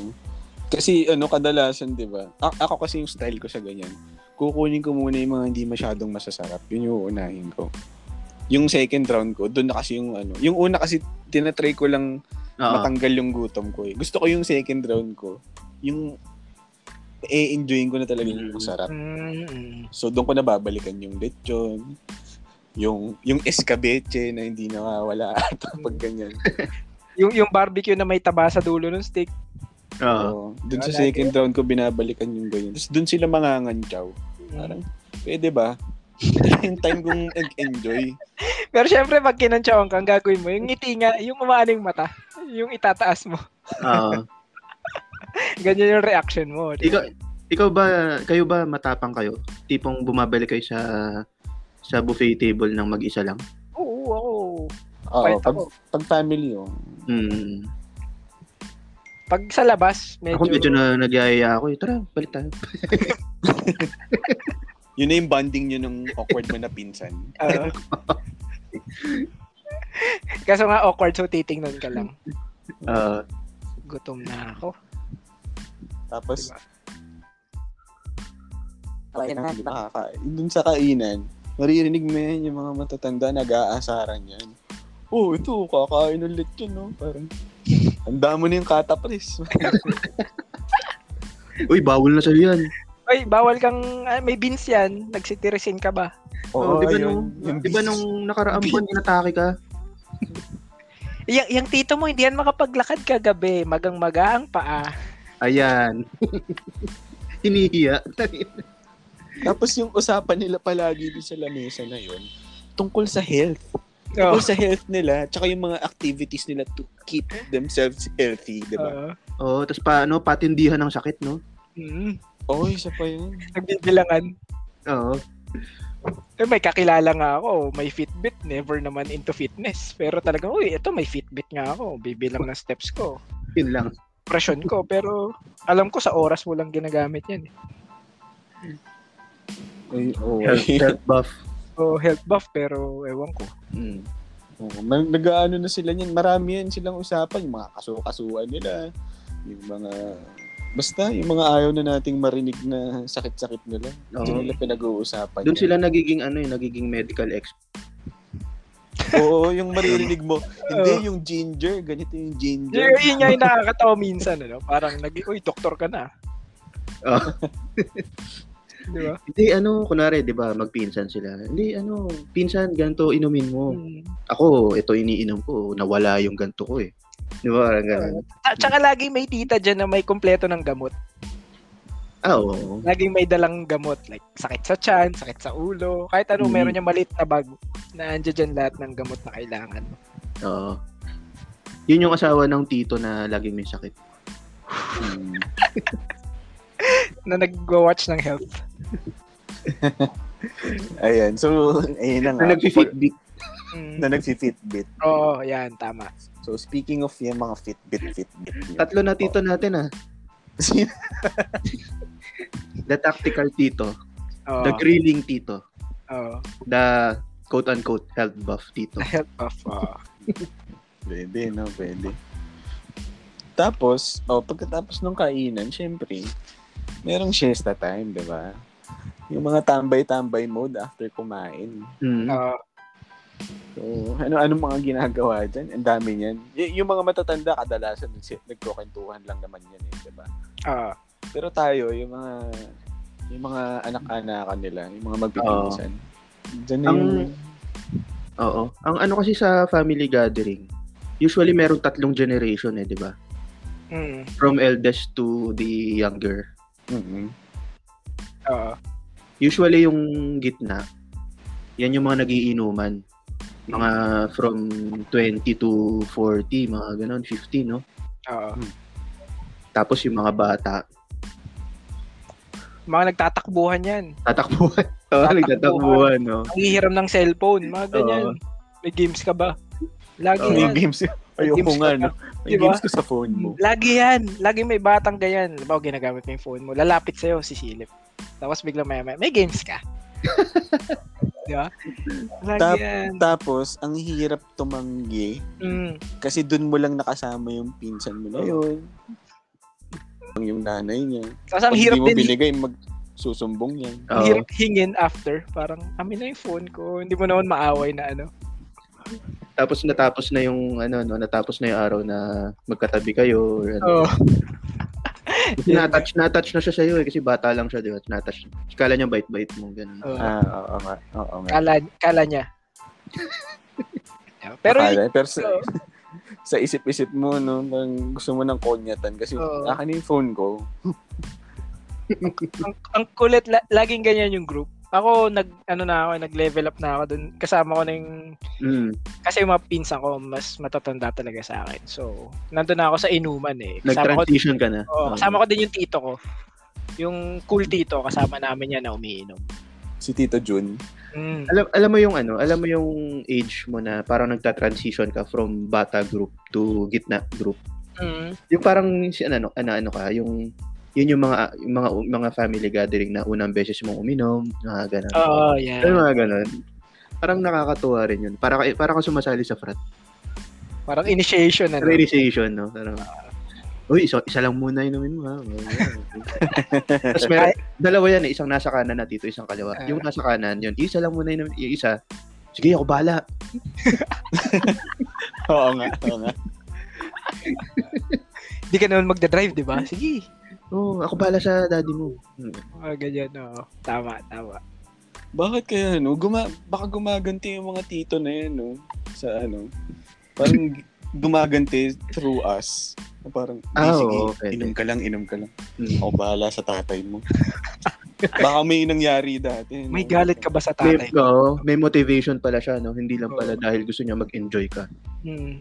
Kasi ano kadalasan, di ba? A- ako kasi yung style ko sa ganyan. Kukunin ko muna yung mga hindi masyadong masasarap. Yun yung uunahin ko. Yung second round ko, doon na kasi yung ano. Yung una kasi tinatry ko lang Oo. matanggal yung gutom ko eh. Gusto ko yung second round ko. Yung e-enjoyin ko na talaga yung Mm. masarap. Mm-mm. So doon ko na babalikan yung lechon, yung yung escabeche na hindi nawawala [LAUGHS] ata pag ganyan. Yung, yung barbecue na may taba sa dulo ng steak. Oo. Oo. doon sa Wala second round ko binabalikan yung ganyan. Tapos doon sila mangangantyaw. Mm. Parang, pwede ba? [LAUGHS] yung time kong nag-enjoy. Pero syempre, pag kinantsawang ka, ang gagawin mo, yung ngiti nga, yung umaano yung mata, yung itataas mo. [LAUGHS] Oo. Ganyan yung reaction mo. di ba? Ikaw, ikaw ba, kayo ba matapang kayo? tipong bumabalik kayo sa sa buffet table ng mag-isa lang. Oo, ako. Oo, Fight pag, ako. pag family oh. yun. Mm. Pag sa labas, medyo... Ako medyo na nagyayaya ako. Eh. Tara, balik tayo. Yun na yung bonding nyo ng awkward mo na pinsan. Oo. ah, [LAUGHS] kaso nga awkward, so titingnan ka lang. Ah, Gutom na ako. Tapos, Diba? Kain Diba? na, di ba? Kaka- Dun sa kainan, maririnig mo yan yung mga matatanda nag-aasaran yan. Oh, ito, kakain ulit yun, no? Parang, ang damo na yung [LAUGHS] katapres. Uy, bawal na sa'yo yan. Ay, bawal kang... ah, may beans yan. Nagsitirisin ka ba? Oo, di ba ayun. nung, Yung di ba bis- nung nakaraang buwan, inatake ka? Yang, yung tito mo, hindi yan makapaglakad kagabi. Magang-maga ang paa. Ayan. [LAUGHS] Hinihiya. Tapos yung usapan nila palagi dun sa lamesa na yun, tungkol sa health. Oo. Oh. Tungkol sa health nila, tsaka yung mga activities nila to keep themselves healthy, di ba? Oo. Oo, oh, tapos paano, patindihan ng sakit, no? Mm. Oo, isa pa yun. Nagbibilangan. Oo. Eh, may kakilala nga ako, may Fitbit, never naman into fitness. Pero talaga, uy, ito may Fitbit nga ako, bibilang ng steps ko, Yun lang. presyon ko, pero alam ko sa oras mo lang ginagamit yan. eh. Ay, oo. Health, health buff. So, health buff, pero ewan ko. Mm. Oo, mag- nag-ano na sila niyan. Marami yan silang usapan. Yung mga kaso-kasuan nila. Yung mga... Basta, yung mga ayaw na nating marinig na sakit-sakit nila. Hindi Oo. nila pinag-uusapan. Doon yan. sila nagiging ano eh, nagiging medical expert. Oo, yung maririnig mo. Hindi, yung ginger. Ganito yung ginger. Yung, yun [LAUGHS] nga yung nakakatawa minsan, ano? parang, nag, uy, doktor ka na. Ah. [LAUGHS] Di ba? Hindi ano, kunwari, 'di ba, magpinsan sila. Hindi ano, pinsan ganito inumin mo. Mm. Ako, ito iniinom ko, nawala yung ganito ko eh. 'Di ba? Parang ganun. At saka lagi may tita dyan na may kompleto ng gamot. Ah, oo. Laging may dalang gamot. Like, sakit sa tiyan, sakit sa ulo. Kahit ano, Mm. meron niya maliit na bag na andyan dyan lahat ng gamot na kailangan. Oo. Yun yung asawa ng tito na laging may sakit. Hmm. Na nag-watch ng health. Ayan. So, ayun na nga. Na nagfi-fitbit. Na nagfi-fitbit. Oo, oh, yan, tama. So, speaking of yung mga Fitbit, Fitbit. yun. Tatlo na [LAUGHS] tito natin ah. The tactical tito, Oo, the grilling tito, oo. the quote-unquote health buff [LAUGHS] tito. health buff. uh, oo. Pwede, no? Pwede. Tapos, oh, pagkatapos ng kainan, syempre, merong siesta time, di ba? Yung mga tambay-tambay mode after kumain. Mm. Oo. So, ano ano mga ginagawa dyan? Ang dami niyan. Y- yung mga matatanda, kadalasan nagsi- nagkukwentuhan lang naman yan, eh, di ba? oo. Pero tayo, yung mga yung mga anak-anakan nila, yung mga magpipinsan. Diyan na Ang- yung... Oo. Ang ano kasi sa family gathering, usually merong tatlong generation eh, di ba? Mm, From eldest to the younger. Mm-mm. oo. Usually yung gitna, yan yung mga nagiinuman. Mga from 20 to 40, mga ganun, 50, no? Oo. Tapos yung mga bata, Mga nagtatakbuhan yan. tatakbuhan. [LAUGHS] Oo, nagtatakbuhan, no? Nangihiram ng cellphone, mga ganyan. Oo. May games ka ba? Lagi Oo. May yan. games. Ayoko games nga, ka no? May Di ba? games ko sa phone mo. Lagi yan. Lagi may batang ganyan. Diba, ginagamit mo yung phone mo. Lalapit sa'yo, sisilip. Tapos bigla maya maya, may games [LAUGHS] ka. Di ba? Lagi Tap- yan. Tapos, ang hirap tumanggi Mm. kasi dun mo lang nakasama yung pinsan mo na yun. Yung nanay niya. Tapos ang Pag hirap di mo din binigay, magsusumbong yan. Ang Oo. hirap hingin after. Parang, amin na yung phone ko. Hindi mo naman maaway na ano. Tapos natapos na yung, ano, no? Natapos na yung araw na magkatabi kayo. Or, ano. Oo. Kasi na-touch, na-touch na siya sa'yo eh, kasi bata lang siya, di ba? Na-touch. Kala niya bait-bait mo, ganun. Oo. Ah, oo nga. Oo nga. kala, kala niya. Pero, yun, Akala- pero sa, oo. sa isip-isip mo, no, parang gusto mo ng konyatan kasi Oo. akin yung phone ko. ang, ang kulit, la- laging ganyan yung group. Ako, nag, ano na ako, nag-level up na ako dun. Kasama ko na yung, Mm. kasi yung mga pinsan ko, mas matatanda talaga sa akin. So, nandun na ako sa inuman eh. Kasama ko, Nag-transition ka na. oo, kasama ko din yung tito ko. Yung cool tito, kasama namin yan na umiinom. si Tito Jun. Mm. Alam, alam mo yung ano, alam mo yung age mo na parang nagta-transition ka from bata group to gitna group. Mm. Yung parang si ano, ano, ano, ano ka, yung yun yung mga yung mga mga family gathering na unang beses mong uminom, mga ganun. Oo, yeah. Yung mga ganun. Parang nakakatuwa rin yun. Para ka- para ka sumasali sa frat. Parang initiation ano. na. no? Realization, no? Parang, Uy, isa, isa lang muna inumin mo, ha? [LAUGHS] Tapos meron, dalawa yan, eh. isang nasa kanan at dito, isang kaliwa. Ah. Yung nasa kanan, yun, isa lang muna inumin, yung isa, sige, ako bahala. Oo nga, oo nga. Hindi ka naman magdadrive, di ba? Sige. Oo, ako bahala sa daddy mo. Hmm. Mga ganyan, oo. Tama, tama. Bakit kaya, no? Guma baka gumaganti yung mga tito na yan, no? Sa ano? Parang gumaganti through us. Na Parang, "Di, Ah, sige, oo, pwede. inom ka lang, inom ka lang. Hmm. Ako bahala sa tatay mo. baka may nangyari dati. no? May galit ka ba sa May, tatay? oo, may motivation pala siya, no? Hindi lang pala Oo. dahil gusto niya mag-enjoy ka. Mm.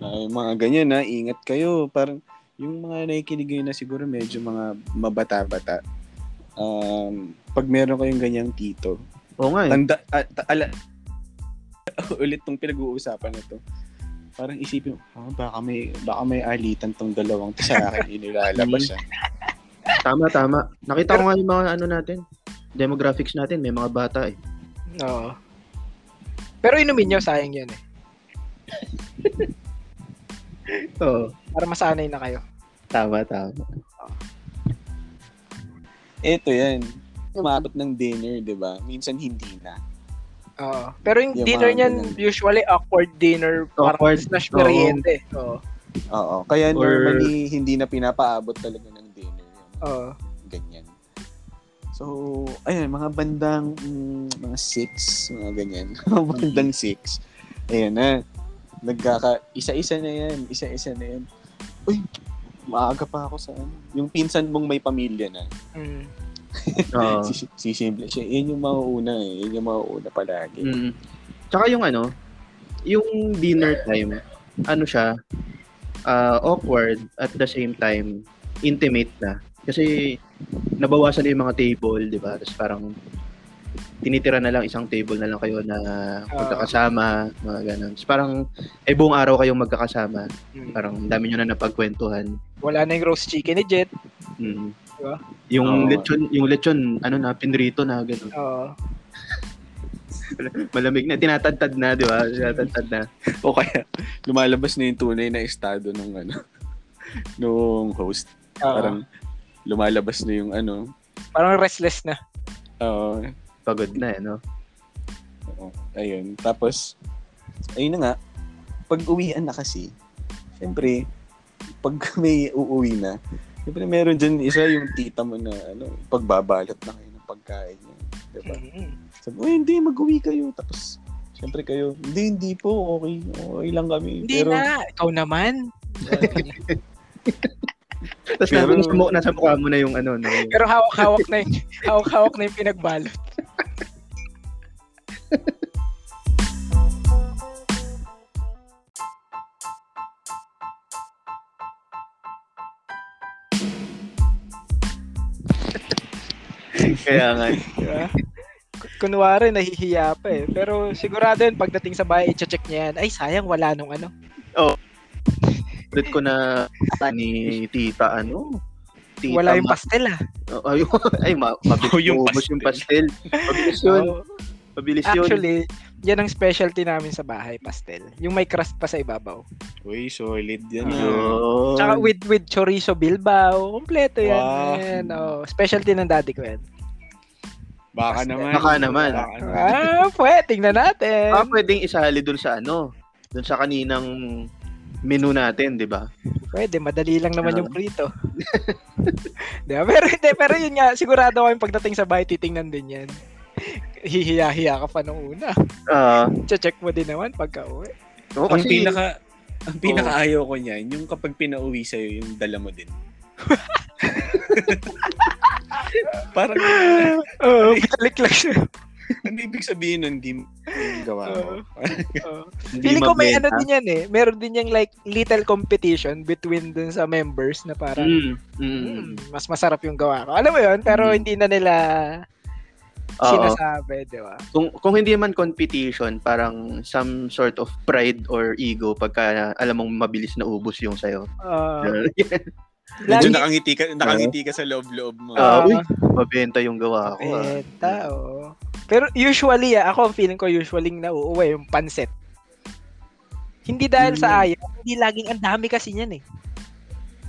Ay, Ah, mga ganyan na, ingat kayo. Parang yung mga nakikinig ngayon na siguro medyo mga mabata-bata. Um, pag meron kayong ganyang tito, Oo nga, eh. tanda, ah, ta- ala, [LAUGHS] ulit tong pinag-uusapan na to. Parang isipin, ah, baka may, baka may alitan tong dalawang to sa akin, inilalabas siya. tama, tama. Nakita ko nga yung mga ano natin, demographics natin, may mga bata, eh. Oo. Pero inumin nyo, sayang yun eh. Oo, Para masanay na kayo. tama, tama. Ito yan, umabot ng dinner, di ba? Minsan hindi na. Oo. Pero yung Yung dinner mga niyan, ganun. usually awkward dinner. Awkward, Parang slash oo. merienda. eh. Oo. Oo. Kaya Or- normally, hindi na pinapaabot talaga ng dinner. yung Oo. ganyan. So, ayun, mga bandang, mm, mga six, mga ganyan. [LAUGHS] Mga bandang Mm-hmm. six. Ayan na. Nagkaka, isa-isa na yan, isa-isa na yan. Uy, maaga pa ako sa ano. Yung pinsan mong may pamilya na. Mm. [LAUGHS] Oo. Si, si Simple. Siya, yun yung mauuna eh. Yun yung mauuna palagi. Mm. Tsaka yung ano, yung dinner time, ano siya, ah, awkward at the same time, intimate na. Kasi nabawasan na yung mga table, di ba? Tapos parang tinitira na lang isang table na lang kayo na magkakasama, mga ganun. Tapos parang, eh buong araw kayong magkakasama. Mm. Parang ang dami nyo na napagkwentuhan. Wala na yung roast chicken ni Jet. Mm. Diba? Yung Oo. lechon, yung lechon, ano na, pinrito na, ganun. Oo. Malamig na, tinatadtad na, di ba? Tinatadtad na. O kaya, lumalabas na yung tunay na estado ng ano, [LAUGHS] nung host. Oo. Parang, lumalabas na yung ano, ah, Parang restless na. oo, Pagod na, eh, no? Oo. Ayun. Tapos, ayun na nga, pag uwian na kasi, syempre, pag [LAUGHS] may uuwi na, syempre meron dyan isa yung tita mo na, ano, pagbabalot na kayo ng pagkain niya. Diba? Mm. Sabi, uy, hindi, mag-uwi kayo. Tapos, syempre kayo, hindi, hindi po, okay, okay lang kami. Hindi Pero, na. Ikaw naman. [LAUGHS] Tapos Pero- nasa, mo, nasa mukha mo na yung ano, no? yung- Pero hawak-hawak na yung, hawak-hawak na yung pinagbalot. [LAUGHS] kaya nga. Diba? Kun- Kunwari, nahihiya pa eh. Pero sigurado yun, pagdating sa bahay, i-check niya yan. Ay, sayang, wala nung ano. Ulit ko na ni tita, ano? Tita, wala yung ma- pastel ah. Oh, [LAUGHS] Ay, ay [LAUGHS] ma- mabilis Oh, yung yung, pastel. yung pastel. Mabilis [LAUGHS] yun. Oo. Mabilis yun. actually, yan ang specialty namin sa bahay, pastel. Yung may crust pa sa ibabaw. uy, solid yan. ah. Ah. Yun. Tsaka with, with chorizo bilbao, kompleto yan. Wow. man. Oo, specialty ng daddy ko yan. Baka naman. Baka naman. Baka naman. Ah, pwede, tingnan natin. Ah, pwedeng isali dun sa ano? Dun sa kaninang menu natin, di ba? Pwede, madali lang naman Ah. yung prito. [LAUGHS] diba? Pero hindi, pero yun nga, sigurado ako yung pagdating sa bahay, titingnan din yan. Hihiya-hiya ka pa nung una. Ah, Check mo din naman pagka uwi. oo, Ang kasi pinaka ang pinakaayaw ko niyan, yung kapag pinauwi sa'yo, yung dala [LAUGHS] mo din. Parang, [LAUGHS] Oo, bitalik lang [LAUGHS] siya. ano ibig sabihin nun, di mo yung gawa mo. Oo. hindi Feeling ko may ano mabenta. din yan eh. Meron din yung like little competition between dun sa members na parang Mm, mm. "Hmm, mas masarap yung gawa ko. Alam mo yun, pero Mm. hindi na nila Oo. sinasabi, di ba? kung kung hindi man competition, parang some sort of pride or ego pagka alam mong mabilis na ubos yung sayo. Uh, [LAUGHS] Medyo lagi, nakangiti ka, nakangiti ka sa loob-loob mo. Ah, Ah. uy, mabenta yung gawa ko. ah. Benta, oo. Pero usually, ah, ako ang feeling ko usually na uuwi yung pansit. Hindi dahil Hmm. sa ayaw, hindi laging ang dami kasi niyan eh.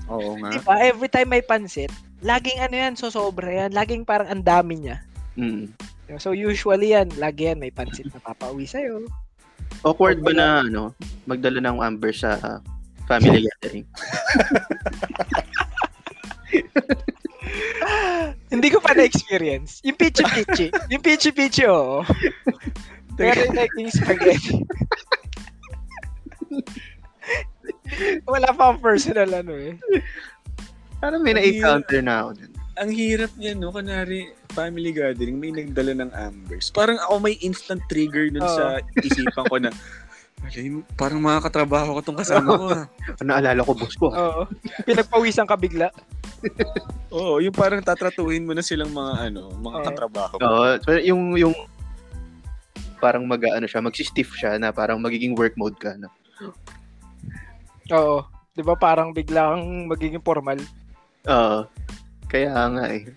Oo nga. Di ba? Diba? Every time may pansit, laging ano yan, sosobra yan, laging parang ang dami niya. Diba? Mm. So usually yan, lagi yan, may pansit na papauwi sa'yo. [LAUGHS] Awkward ba na ano, magdala ng amber sa ah, family gathering? Hindi ko pa na-experience. Yung Pichi Pichi. yung Pichi Pichi, oo. Pero yung making spaghetti. [LAUGHS] Wala pa akong personal ano eh. Parang may na-encounter na ako dun. Ang hirap niya, no? Kunwari, family gathering, may nagdala ng ambers. Parang ako may instant trigger dun Oo. sa isipan ko na, Alay, parang makakatrabaho ko tong kasama ko. ah." Ano naalala ko, boss ko? Oo. Pinagpawisan ka bigla. [LAUGHS] Oo, yung parang tatratuhin mo na silang mga ano, mga Oo. katrabaho. mo. Oo, pero yung, yung parang mag ano siya, magsistiff siya na parang magiging work mode ka ano. na. Oo. Di ba parang bigla kang magiging formal? Oo. kaya nga eh.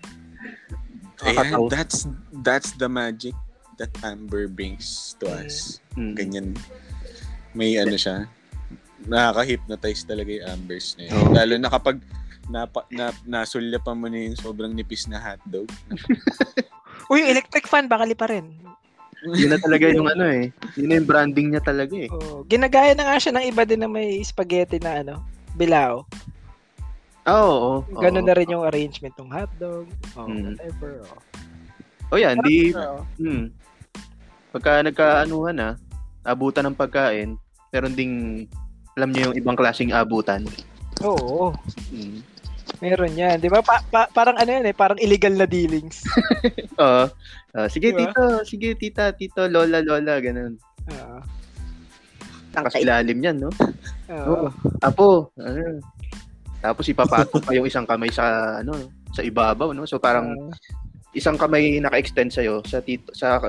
Ayan, Nakakatawa. that's, that's the magic that amber brings to us. Mm. Ganyan. May ano siya. Nakaka-hypnotize talaga yung ambers na yun. Oo. Lalo na kapag napa, na, nasulyapan mo na yung sobrang nipis na hotdog. Uy, yung electric fan, bakali pa rin. Yun na talaga [LAUGHS] yung ano eh. Yun na yung branding niya talaga eh. Oo. Ginagaya na nga siya ng iba din na may spaghetti na ano, bilao. Ah, Oo. oo, oo. Ganun na rin yung arrangement ng hotdog. Oh, Mm. whatever. Oh. O yan, di... Oo. Hmm. Pagka nagkaanuhan na, abutan ng pagkain, meron ding... Alam niyo yung ibang klaseng abutan. Oo. Mm. Meron yan. Di ba? Pa- pa- parang ano yan eh, parang illegal na dealings. [LAUGHS] Oo. Ah, sige, Diba? tito. Sige, tita, tito, lola, lola, ganun. Oo. Tapos ilalim niyan, no? Oo. Apo. Ano? Tapos ipapatok pa yung isang kamay sa ano, sa ibabaw, no? So parang Oo. isang kamay naka-extend sa sa tito, sa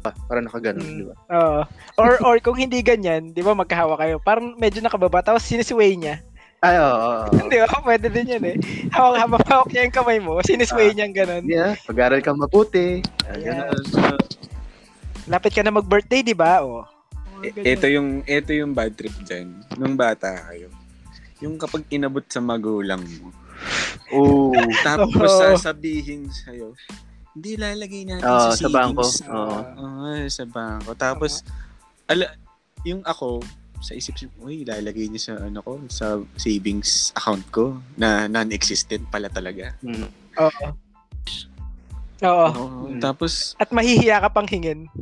ah, parang nakaganon, Mm. di ba? Oo. Or, or kung hindi ganyan, di ba magkahawa kayo, parang medyo nakababa, tapos sinisway niya. [LAUGHS] Ay, oo. oo, oo. Hindi ba? Pwede din yan eh. Hawak, habang hawak niya yung kamay mo, Ah. sinisway niya ganun. Yeah, pag-aral kang maputi. Ah, Ayan. ganun. Lapit ka na mag-birthday, di ba? O. Oh, E- Ito yung ito yung bad trip dyan. Nung bata kayo. Yung kapag inabot sa magulang mo. Oo. [LAUGHS] Tapos Oh. Oo. sasabihin sa'yo, hindi lalagay natin Ah, sa sa savings. bangko. Ah, Oo. Oo, sa bangko. Tapos, ala, yung ako, sa isip ko, uy, lalagay niya sa ano ko, sa savings account ko na non-existent pala talaga. Mm. Oo. Oo. Oo, Hmm. Mm. Tapos, At mahihiya ka pang hingin.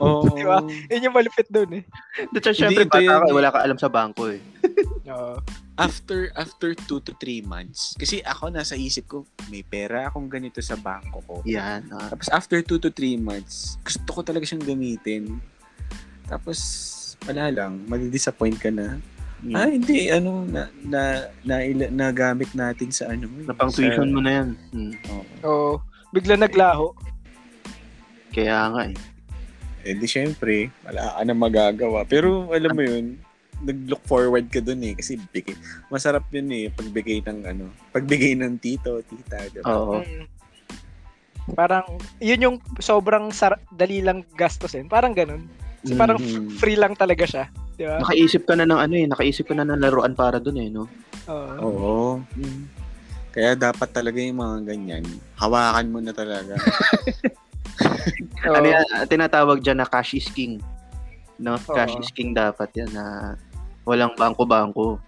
oo. [LAUGHS] Di ba? Yun yung malupit doon eh. Tsaka syempre, Hindi, ito bata ka, eh, yun. wala ka alam sa bangko eh. Oo. after after 2 to 3 months, kasi ako nasa isip ko, may pera akong ganito sa bangko ko. Yan. ah. Tapos after 2 to 3 months, gusto ko talaga siyang gamitin. Tapos wala lang, madidisappoint ka na. Mm. Ah, hindi, ano, na, na, na, ila- nagamit natin sa ano. eh, Na pang tuition mo na yan. Mm. sa- Oo. Oo. Bigla naglaho. Kaya nga eh. Eh di syempre, wala ka na magagawa. Pero alam mo yun, nag-look forward ka dun eh. Kasi bigay, masarap yun eh, pagbigay ng ano, pagbigay ng tito, tita. di ba? Oo. Mm. Parang, yun yung sobrang sar- dali lang gastusin. Parang ganun. So, parang Mhm. free lang talaga siya. Di ba? Nakaisip ka na ng ano eh, nakaisip ka na ng laruan para dun eh, no? Oo. Oo. Kaya dapat talaga yung mga ganyan, hawakan mo na talaga. Oo. Ano yan, ah, tinatawag dyan na cash is king. No? Cash Oo. is king dapat yan na walang bangko-bangko.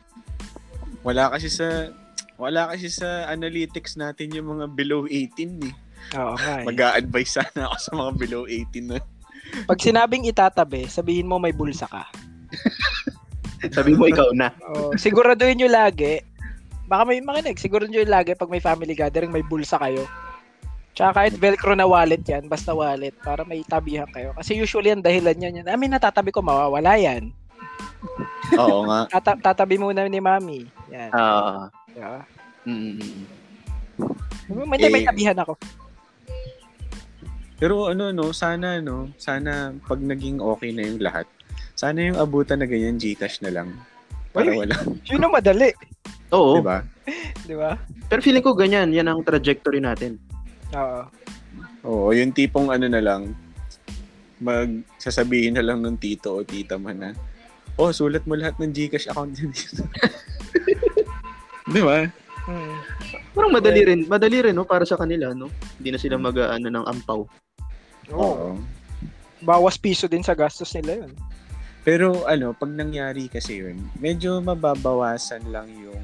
Wala kasi sa wala kasi sa analytics natin yung mga below 18 eh. Oo nga eh. Mag-a-advise sana ako sa mga below 18 na. Pag sinabing itatabi, sabihin mo may bulsa ka. Sabi mo ikaw [LAUGHS] na. Oh, siguraduhin nyo lagi. Baka may makinig. Siguraduhin nyo lagi pag may family gathering, may bulsa kayo. Tsaka kahit velcro na wallet yan, basta wallet, para may tabihan kayo. Kasi usually ang dahilan yan, yan. I mean, natatabi ko, mawawala yan. Oo nga. Tata- tatabi muna ni mami. Yan. Ah. Diba? mm, mm, mm. Hindi, may Eh, tabihan ako. Pero ano, no, sana, no, sana pag naging okay na yung lahat, sana yung abutan na ganyan, Gcash na lang. Para Uy. wala, Yun ang madali, Oo. di ba? di ba? Pero feeling ko ganyan, yan ang trajectory natin. Oo. Oo, yung tipong ano na lang, magsasabihin na lang ng tito o tita man na, oh, sulat mo lahat ng Gcash account niya dito. [LAUGHS] di ba? Hmm. Parang madali rin, madali rin no para sa kanila no. Hindi na Hmm. sila mag-aano ng ampaw. Oo. Bawas piso din sa gastos nila yun. Pero ano, pag nangyari kasi yun, medyo mababawasan lang yung,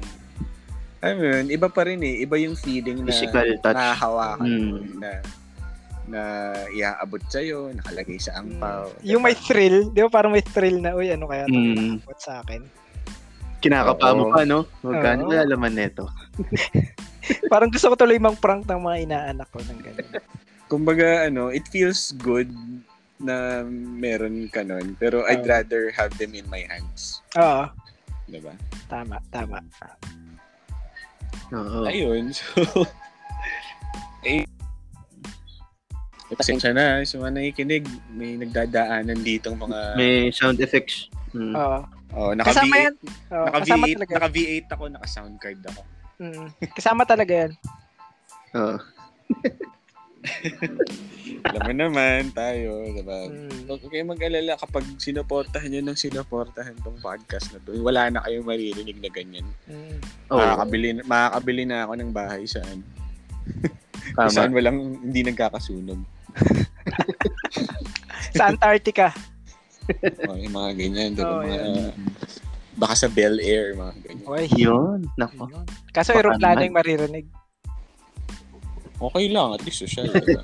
alam mo yun, iba pa rin eh. Iba yung feeling na Physical touch. nahahawakan mo, Mm. na, na iaabot sa'yo, nakalagay sa Hmm. angpaw. Hmm. Yung may thrill, di ba parang may thrill na, uy, ano kaya ito Mm. dapat sa akin? Kinakapa Oo. mo pa no. Magkano Oo. kaya laman nito? Parang gusto ko tuloy mang prank ng mga inaanak ko ng ganun. Kumbaga, ano, it feels good na meron ka nun, pero I'd Oh. Ah. rather have them in my hands. Oo, Diba? tama, tama. Oo. Ayun, [LAUGHS] so, eh, eh, pasensya na, sa mga nakikinig, may nagdadaanan ditong mga, May sound effects. Mm. Oo. oh, naka Kasama yan. Oo, Naka kasama V8, talaga. naka V8 ako, naka sound card ako. Mm. Kasama talaga [LAUGHS] yan. Oo. Alam mo naman tayo, 'di ba? Hmm. Mm. Huwag kayo mag-alala kapag sinuportahan niyo ng sinuportahan tong podcast na to. Wala na kayong maririnig na ganyan. Mm. Ah, Oo. Makakabili, makakabili na ako ng bahay saan. Tama. Saan walang hindi nagkakasunog. Sa Antarctica. O, yung mga [LAUGHS] ganyan, 'di ba? Oo, mga, ah, yan. baka sa Bel Air, mga ganyan. Uy. Yun. Nako. Yun. Kaso Baka aeroplano naman. yung maririnig. Okay lang, at least social. 'di [LAUGHS] ba?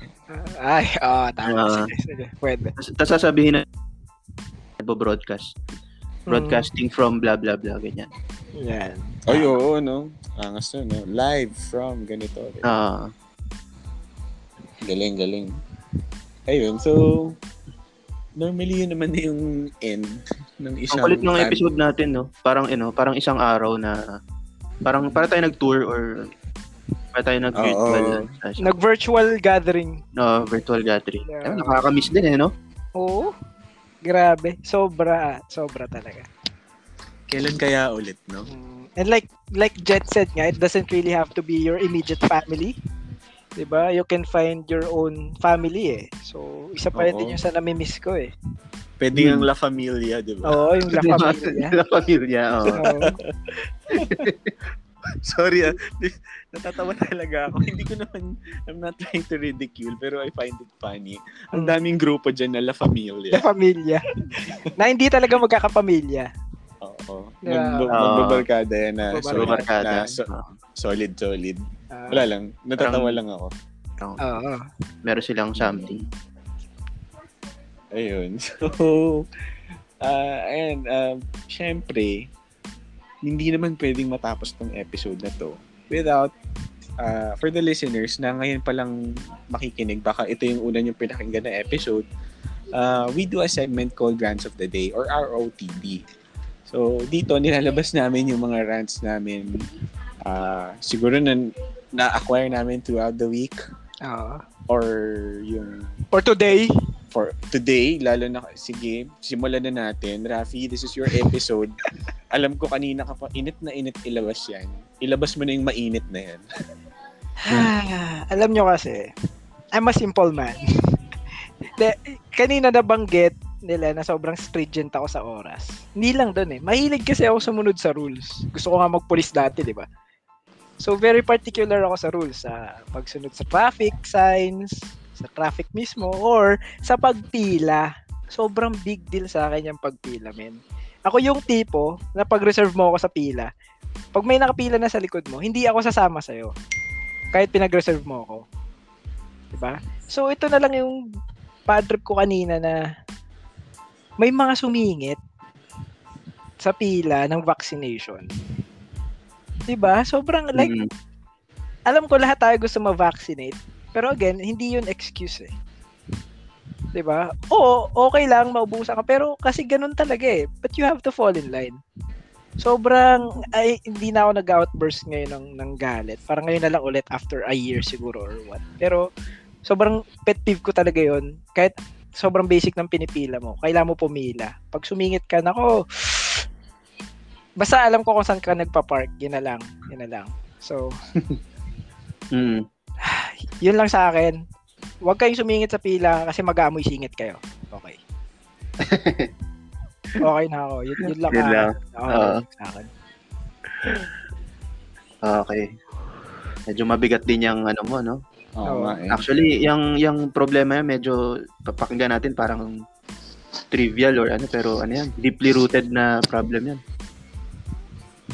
Ah, Ay, oo, tama. Ah. sige, sige. Pwede. Tas- tas sasabihin na nagbo-broadcast. Hmm. Broadcasting from blah blah blah ganyan. Mm. Yan. Ay, oo, no? Angas to, no? Live from ganito. 'di ba? Ah, Galing, galing. Ayun, so, normally yun naman na yung end ng ang isang... kulit ng fan- episode natin no. Parang ano, parang isang araw na parang para tayo nag-tour or para tayo Oo. nag-virtual session. Nag-virtual gathering. no, virtual gathering. Yeah. Ayun, nakaka-miss din eh no. Oo. Grabe. Sobra. ah. Sobra talaga. Kailan kaya ulit, no? Mm. And like like Jet said nga, it doesn't really have to be your immediate family. 'Di ba? You can find your own family eh. So, isa pa rin Oo. din yung sa namimiss ko eh. Pwede Hmm. yung La Familia, di [LAUGHS] ba? Oo, yung La Diba? [LAUGHS] Familia. La Familia, oo. Oo. Sorry, ah. Natatawa talaga ako. [LAUGHS] Hindi ko naman, I'm not trying to ridicule, pero I find it funny. Ang Mm. daming grupo dyan na La La [LAUGHS] Familia. Familia. na hindi talaga magkakapamilya. Oo. Yeah. Magb- Oo. Magbabarkada yan na, solid, Magbabarkada. Puro barkada. na so- Oo. solid, solid. Ah, Wala lang. Natatawa Parang- lang ako. Parang Oo. Meron silang something. Ayun. [LAUGHS] So, ah ayan, ah, syempre, hindi naman pwedeng matapos tong episode na to without, ah, for the listeners na ngayon palang makikinig, baka ito yung una yung pinakinggan na episode, ah, we do a segment called Rants of the Day or ROTD. So, dito nilalabas namin yung mga rants namin. ah, siguro na na-acquire namin throughout the week Oo. or yung For today, for today, lalo na, sige, simulan na natin. Rafi, this is your episode. Alam ko kanina ka pa, init na init ilabas yan. Ilabas mo na yung mainit na yan. alam nyo kasi, I'm a simple man. [LAUGHS] De, kanina nabanggit nila na sobrang stringent ako sa oras. Hindi lang doon eh. Mahilig kasi ako sumunod sa rules. Gusto ko nga magpulis dati, di ba? So, very particular ako sa rules. Sa pagsunod sa traffic signs, sa traffic mismo, or sa pagpila. Sobrang big deal sa akin yung pagpila, men. Ako yung tipo na pag-reserve mo ako sa pila, pag may nakapila na sa likod mo, hindi ako sasama sa'yo kahit pinag-reserve mo ako. 'Di ba? So ito na lang yung bad trip ko kanina na may mga sumingit sa pila ng vaccination. 'Di ba? Sobrang like Mm. alam ko lahat tayo gusto ma-vaccinate. Pero again, hindi yun excuse eh. 'Di ba? Oo, okay lang, maubusan ka. Pero kasi ganun talaga eh. But you have to fall in line. Sobrang, ay, hindi na ako nag-outburst ngayon ng, ng galit. Parang ngayon na lang ulit after a year siguro or what. Pero, sobrang pet peeve ko talaga yon Kahit sobrang basic ng pinipila mo, kailangan mo pumila. Pag sumingit ka, nako, basta alam ko kung saan ka nagpa-park, yun na lang, yun na lang. So, Mm. yun lang sa akin. Huwag kayong sumingit sa pila kasi mag-aamoy singit kayo. [LAUGHS] Okay. okay na ako. Yun, yun lang. Yun ang- lang. ang- Oo. sa akin. Okay. Medyo mabigat din yung ano mo, no? Oo Oo. nga eh. Actually, yung, yung problema yan, medyo papakinggan natin parang trivial or ano, pero ano yan, deeply rooted na problem yan.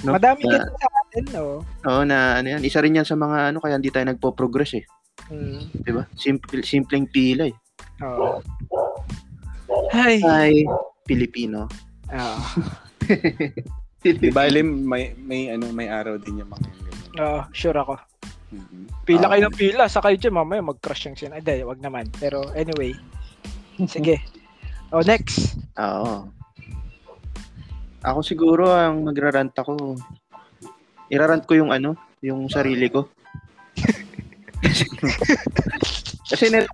No? Ah. Madami Na- din sa akin, no? Oo, na ano yan. Isa rin yan sa mga ano, kaya hindi tayo nagpo-progress eh. Mm. Diba? Simple, simpleng pila eh. Oo. Ay. Ay, Pilipino. Ah, Oo. Di ba, Lim, may, may, ano, may araw din yung mga ganyan. Oo, sure ako. Mhm. Pila kayo Oo. ng pila. Sa kayo dyan, mamaya mag-crush yung sin. Ay, di, wag naman. Pero anyway. Sige. Oh, next. Oo. Ako siguro ang magrarant ako. Irarant ko yung ano, yung sarili ko. Kasi net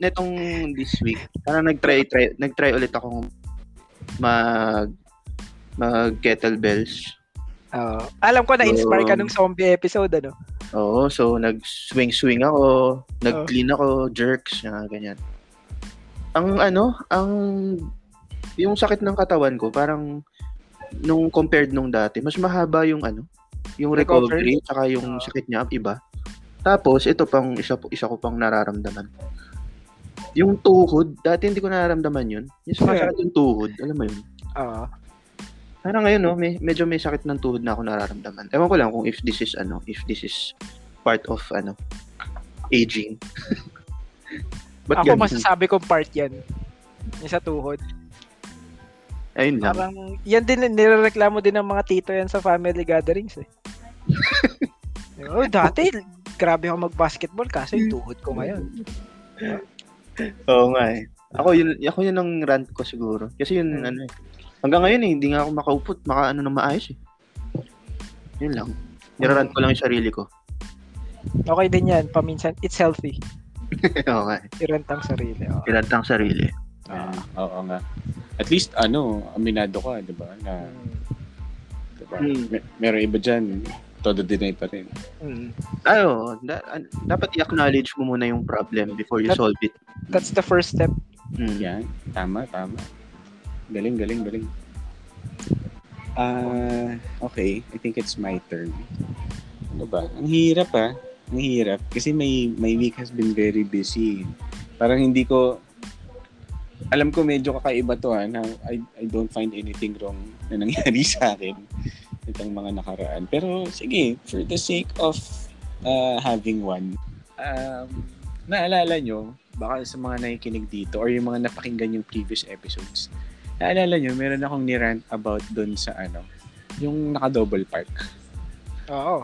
netong this week, parang nag-try try, nag-try ulit akong mag mag kettlebells. Oo. alam ko na-inspire ka nung zombie episode, ano? Oo, so nag-swing-swing ako, nag-clean ako, jerks, na ganyan. Ang ano, ang yung sakit ng katawan ko, parang nung compared nung dati, mas mahaba yung ano, yung recovery, tsaka yung Oo. sakit niya iba. Tapos ito pang isa po- isa ko pang nararamdaman. Yung tuhod, dati hindi ko nararamdaman yun. Yung sumasakit yung tuhod, alam mo yun. Oo. Parang ngayon, no, may, medyo may sakit ng tuhod na ako nararamdaman. Ewan ko lang kung if this is, ano, if this is part of, ano, aging. [LAUGHS] Ba't Ako ganun? masasabi kong part yan. Yung sa tuhod. Ayun lang. Parang, yan din, nirereklamo din ng mga tito yan sa family gatherings [LAUGHS] eh. oh, dati, grabe ako mag-basketball kasi yung tuhod ko ngayon. Oo nga eh. Ako yun, ako yun ang rant ko siguro. Kasi yun, Hmm. ano eh. Hanggang ngayon eh, hindi nga ako makaupot, maka ano na maayos eh. Yun lang. Nirarant ko lang yung sarili ko. [LAUGHS] Okay din yan, paminsan, it's healthy. Oo nga eh. Irent ang sarili. Oh. Nirant ang sarili. Ah, oo nga. At least, ano, aminado ka, di ba? Na, di ba? Hmm. Mer- meron iba dyan, todo deny pa rin. Mm. Ay, oo. Da- an- dapat i-acknowledge mo muna yung problem before you That- solve it. That's the first step. Hmm. Yan. Tama, tama. Galing, galing, galing. Ah, okay. I think it's my turn. Ano ba? Ang hirap ah. Ang hirap. Kasi my, my week has been very busy. Parang hindi ko... Alam ko medyo kakaiba to ah, na I, I don't find anything wrong na nangyari [LAUGHS] sa akin itong mga nakaraan. Pero sige, for the sake of uh, having one, um, naalala nyo, baka sa mga nakikinig dito or yung mga napakinggan yung previous episodes, naalala nyo, meron akong nirant about dun sa ano, yung naka-double park. Oo.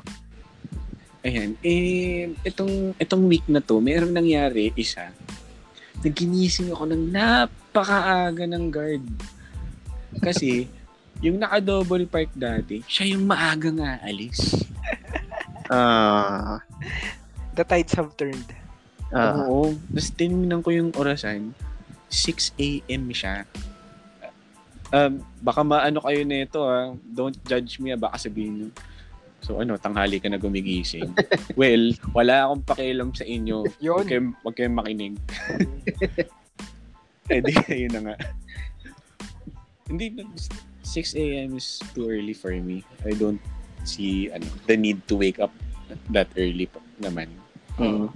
Ayan. Eh, itong, itong week na to, merong nangyari, isa, naginising ako ng napakaaga ng guard. Kasi, yung naka-double park dati, siya yung maagang aalis. Ah, The tides have turned. ah, Oo. Uh-huh. Tapos tinignan ko yung orasan, 6 a.m. siya. Um, baka maano kayo nito ah. Don't judge me ah. Baka sabihin nyo. So ano, tanghali ka na gumigising. well, wala akong pakialam sa inyo. Yun. Huwag kayong, huwag kayong makinig. eh di, yun na nga. Hindi, 6 a.m. is too early for me. I don't see ano, the need to wake up that early pa, naman. mm.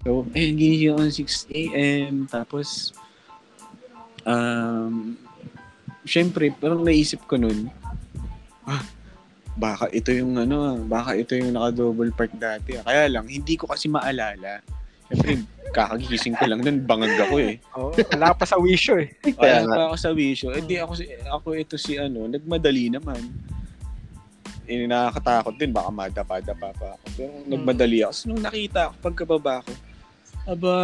So, ayun, ginising ako ng 6 a.m. Tapos, um, syempre, parang naisip ko nun, ah, baka ito yung ano, ah, baka ito yung naka-double park dati. ah." Kaya lang, hindi ko kasi maalala. Syempre, kakagising ko lang nun, bangag ako eh. Oo, [LAUGHS] wala pa sa wisho eh. Kaya Kaya nga. pa ako sa wisyo. Eh di ako, si- ako ito si ano, nagmadali naman. Eh, nakakatakot din, baka madapa-dapa pa ako. Pero Hmm. nagmadali ako. So, nung nakita ako, pagkababa ko, aba,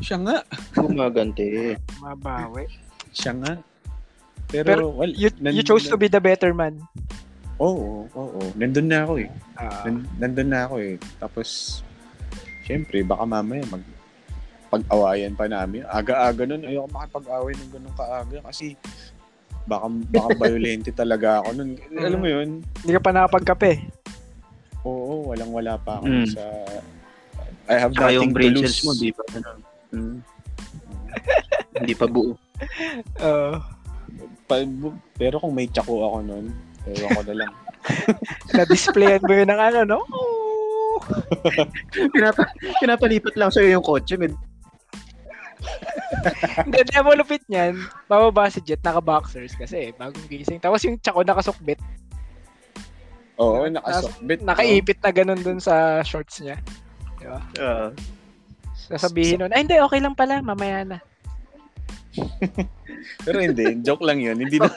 siya nga. Gumaganti. Mabawi. Siya nga. Pero, Pero well, You, you chose to be the better man. Oo, oo, oo. Nandun na ako eh. Ah. Nan- nandun na ako eh. Tapos, syempre, baka mamaya mag pag-awayan pa namin. Aga-aga nun, ayoko makipag-away ng ganun kaaga kasi baka, [LAUGHS] baka violente talaga ako nun. Alam Mm. mo yun? Hindi ka pa nakapagkape. Oo, walang-wala pa ako Mm. sa... I have Tsaka nothing to yung brain lose. cells mo, di pa, ano, mm, hindi pa buo. Oo. Pa- bu- pero kung may tsako ako nun, ewan ko na lang. na-displayan mo yun ng ano, no? Oo. [LAUGHS] Pinapa, pinapalipat lang sa'yo yung kotse. Med. Hindi, hindi mo lupit niyan. Mababa si Jet, naka-boxers kasi eh, bagong gising. Tapos yung tsako nakasukbit, [LAUGHS] Oo, nakasokbit. nakaipit na ganun dun sa shorts niya. Ah, Sasabihin nun, ay hindi, okay lang pala, mamaya na. Pero hindi, joke lang yun. Hindi na,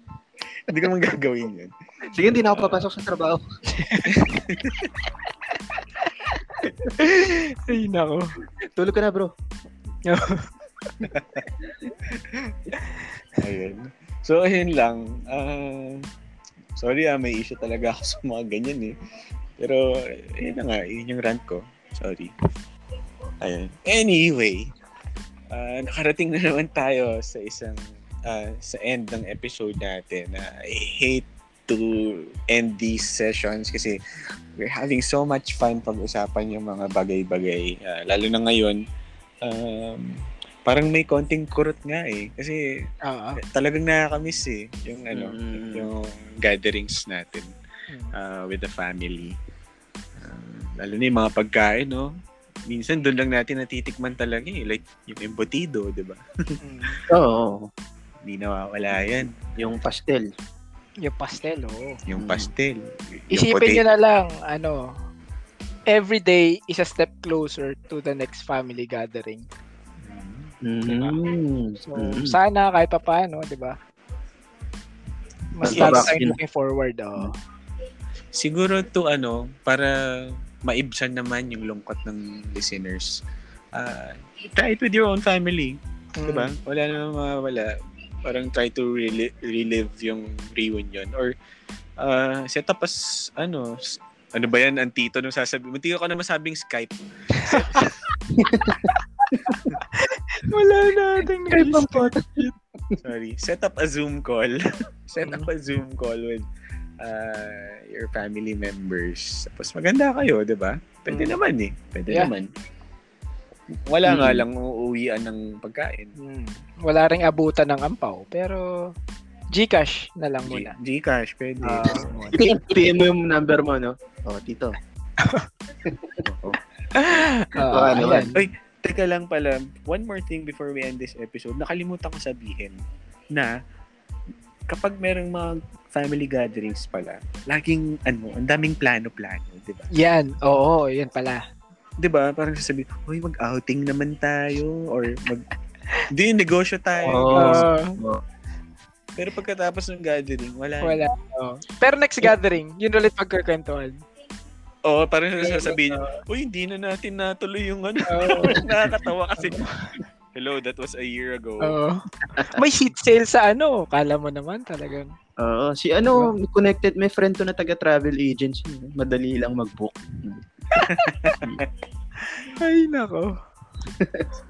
[LAUGHS] hindi ko man gagawin yun. sige, hindi na ako papasok sa trabaho. Ay, nako. Tulog ka na, bro. Ayun. So, ayun lang. Ah, sorry ah, may issue talaga ako [LAUGHS] sa mga ganyan eh. Pero, ayun na nga, yun yung rant ko. Sorry. Ayun. Anyway, ah, nakarating na naman tayo sa isang, ah, sa end ng episode natin. Ah, I hate to end these sessions kasi we're having so much fun pag-usapan yung mga bagay-bagay. Ah, lalo na ngayon, um, parang may konting kurot nga eh. Kasi Oo. talagang nakakamiss eh yung ano Mm. yung gatherings natin uh, with the family Uh, lalo na yung mga pagkain no minsan doon lang natin natitikman talaga eh like yung embutido di ba Mm. Oo, hindi nawawala yan yung pastel. Yung pastel, oo. yung Mm. pastel yung Isipin potato. nyo na lang, ano, every day is a step closer to the next family gathering. Mm. So, Mm. Mm-hmm. sana kahit pa paano, di ba? Mas Yes. lalo tayong looking forward, oh. oo. siguro to ano para maibsan naman yung lungkot ng listeners uh, try it with your own family Diba? Wala namang mawawala. Parang try to reli- relive yung reunion or uh, set up as ano, s- ano ba yan ang tito nung sasabi? Munti ko na masabing Skype. [LAUGHS] Wala na ating Sorry. Set up a Zoom call. [LAUGHS] set up a Zoom call with uh, your family members. Tapos maganda kayo, di ba? Pwede Mm. naman eh. Pwede Yeah. naman. Wala nga Mm. lang uuwian ng pagkain. Hmm. Wala ring abutan ng ampaw, pero Gcash na lang G- muna. Gcash, pwede. Ah, PM mo yung number mo, no? Oh, [LAUGHS] tito. Oo. Oo, ano Ah, ayan. Uy, teka lang pala. One more thing before we end this episode. Nakalimutan ko sabihin na kapag merong mga family gatherings pala, laging ano, ang daming plano-plano, 'di ba? Yan, oo, yan pala. 'Di ba? Parang sasabi, "Hoy, mag-outing naman tayo or mag Hindi, [LAUGHS] negosyo tayo. Oo. Oh. Oo, Pero pagkatapos ng gathering, wala. Ah, wala. oo. Pero next gathering, yun ulit pagkakwentuhan. Oo, parang Ano sasabihin, "Uy, hindi na natin natuloy yung ano." [LAUGHS] Oo. Nakakatawa kasi. Hello, that was a year ago. Oo. [LAUGHS] May seat sale sa ano. Kala mo naman talagang. Oo, si ano, connected, may friend to na taga-travel agency. Madali lang mag-book. Ay, nako.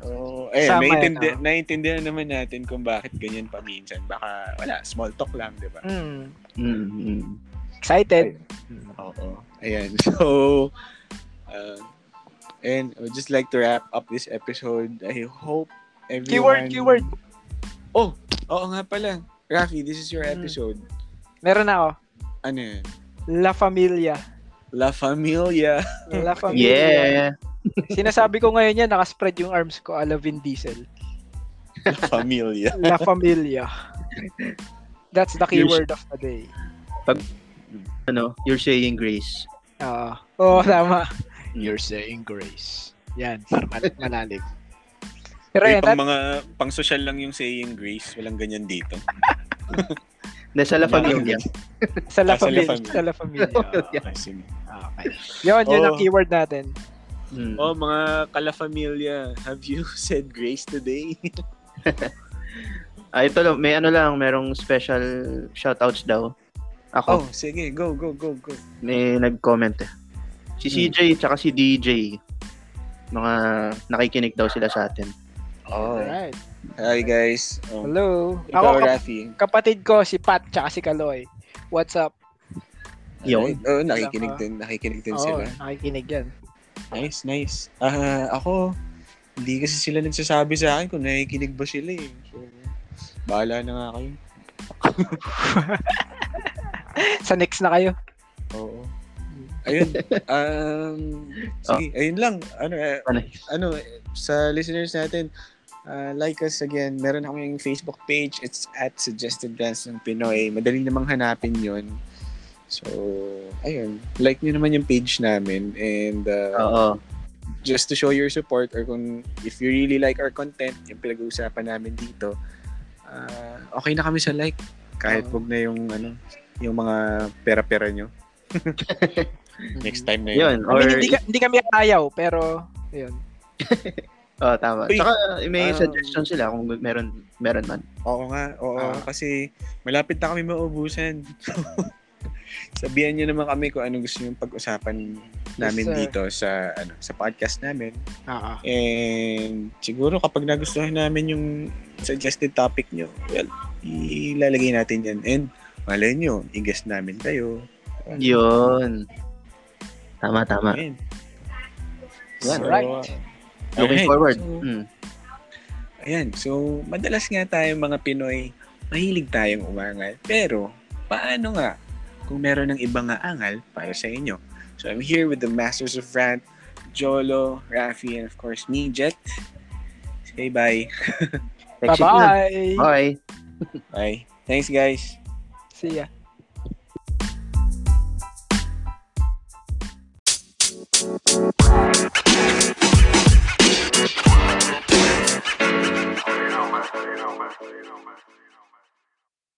Oo. eh, Sama naiintindi- yan, ah. naiintindihan naman natin kung bakit ganyan paminsan. Baka, wala, small talk lang, di ba? Mm. Mm-hmm. Excited. Oo. Ayan. [LAUGHS] So, uh, and I would just like to wrap up this episode. I hope everyone... Keyword, keyword. Oh, oo nga pala. Rafi, this is your Mm. episode. Meron na ako. Ano yan? La Familia. La Familia. [LAUGHS] La Familia. Yeah! Sinasabi ko ngayon yan, nakaspread yung arms ko ala Vin Diesel. La [LAUGHS] Familia. La Familia. That's the keyword of the day. Ano, you're saying grace. Oo. Oo, tama. You're saying grace. [LAUGHS] Yan, para mal- malalim. Pero May yan, pang that- mga, pang social lang yung saying grace. Walang ganyan [LAUGHS] dito. Nasa la familia. sa Ah, La sa La Familia. Familia. Sa La [LAUGHS] Familia. Ah, I see. Oh, Okay. Yun, yun ang Oo. keyword natin. Mm. Oh, mga kala familia, have you [LAUGHS] said grace today? Ah, ito lang, may ano lang, merong special shoutouts daw. Ako, Oh, sige, go, go, go, go. may nag-comment eh. Si CJ, tsaka si DJ. Mga nakikinig daw sila sa atin. Oh. Alright. Hi guys. Oh. Hello. Ako, Ikaw, kap- Rafi. kapatid ko, si Pat, tsaka si Kaloy. What's up? Yun. Alright. Oh, nakikinig din, nakikinig din sila. Oo, nakikinig yan. Nice, nice. Ah, ako, hindi kasi sila nagsasabi sa akin kung nakikinig ba sila eh. So, bahala na nga kayo. Sa next na kayo. Oo. Ayun. um, sige, ayun lang. Ano, eh, Ano? ano eh, sa listeners natin, uh, like us again. Meron kami yung Facebook page. It's at Suggested Brands ng Pinoy. Madali namang hanapin yon So, ayun. Like nyo naman yung page namin. And uh, Oo. just to show your support or kung if you really like our content, yung pinag-uusapan namin dito, uh, okay na kami sa like. Kahit Oo. wag na yung ano, yung mga pera-pera nyo. Next time na yun. Yun. I Or, mean, hindi, ka- hindi kami ayaw, pero, yun. oh, tama. Uy. Tsaka may Ah. suggestion sila kung meron meron man. Oo nga, oo. Ah. kasi malapit na kami maubusan. [LAUGHS] Sabihan niyo naman kami kung anong gusto niyo pag-usapan namin sir. dito sa ano, sa podcast namin. Oo. And siguro kapag nagustuhan namin yung suggested topic nyo, well, ilalagay natin yan. And malay nyo, i-guess namin kayo. Yun. Tama, tama. Ayan. Yan. Alright. Looking alright. forward. So, Mm. Ayan, so madalas nga tayong mga Pinoy, mahilig tayong umangal. Pero, paano nga kung meron ng ibang nga angal para sa inyo? So I'm here with the Masters of Rant, Jolo, Rafi, and of course me, Jet. Say bye. Next week na. Bye-bye! Bye. Bye. Thanks guys. See ya.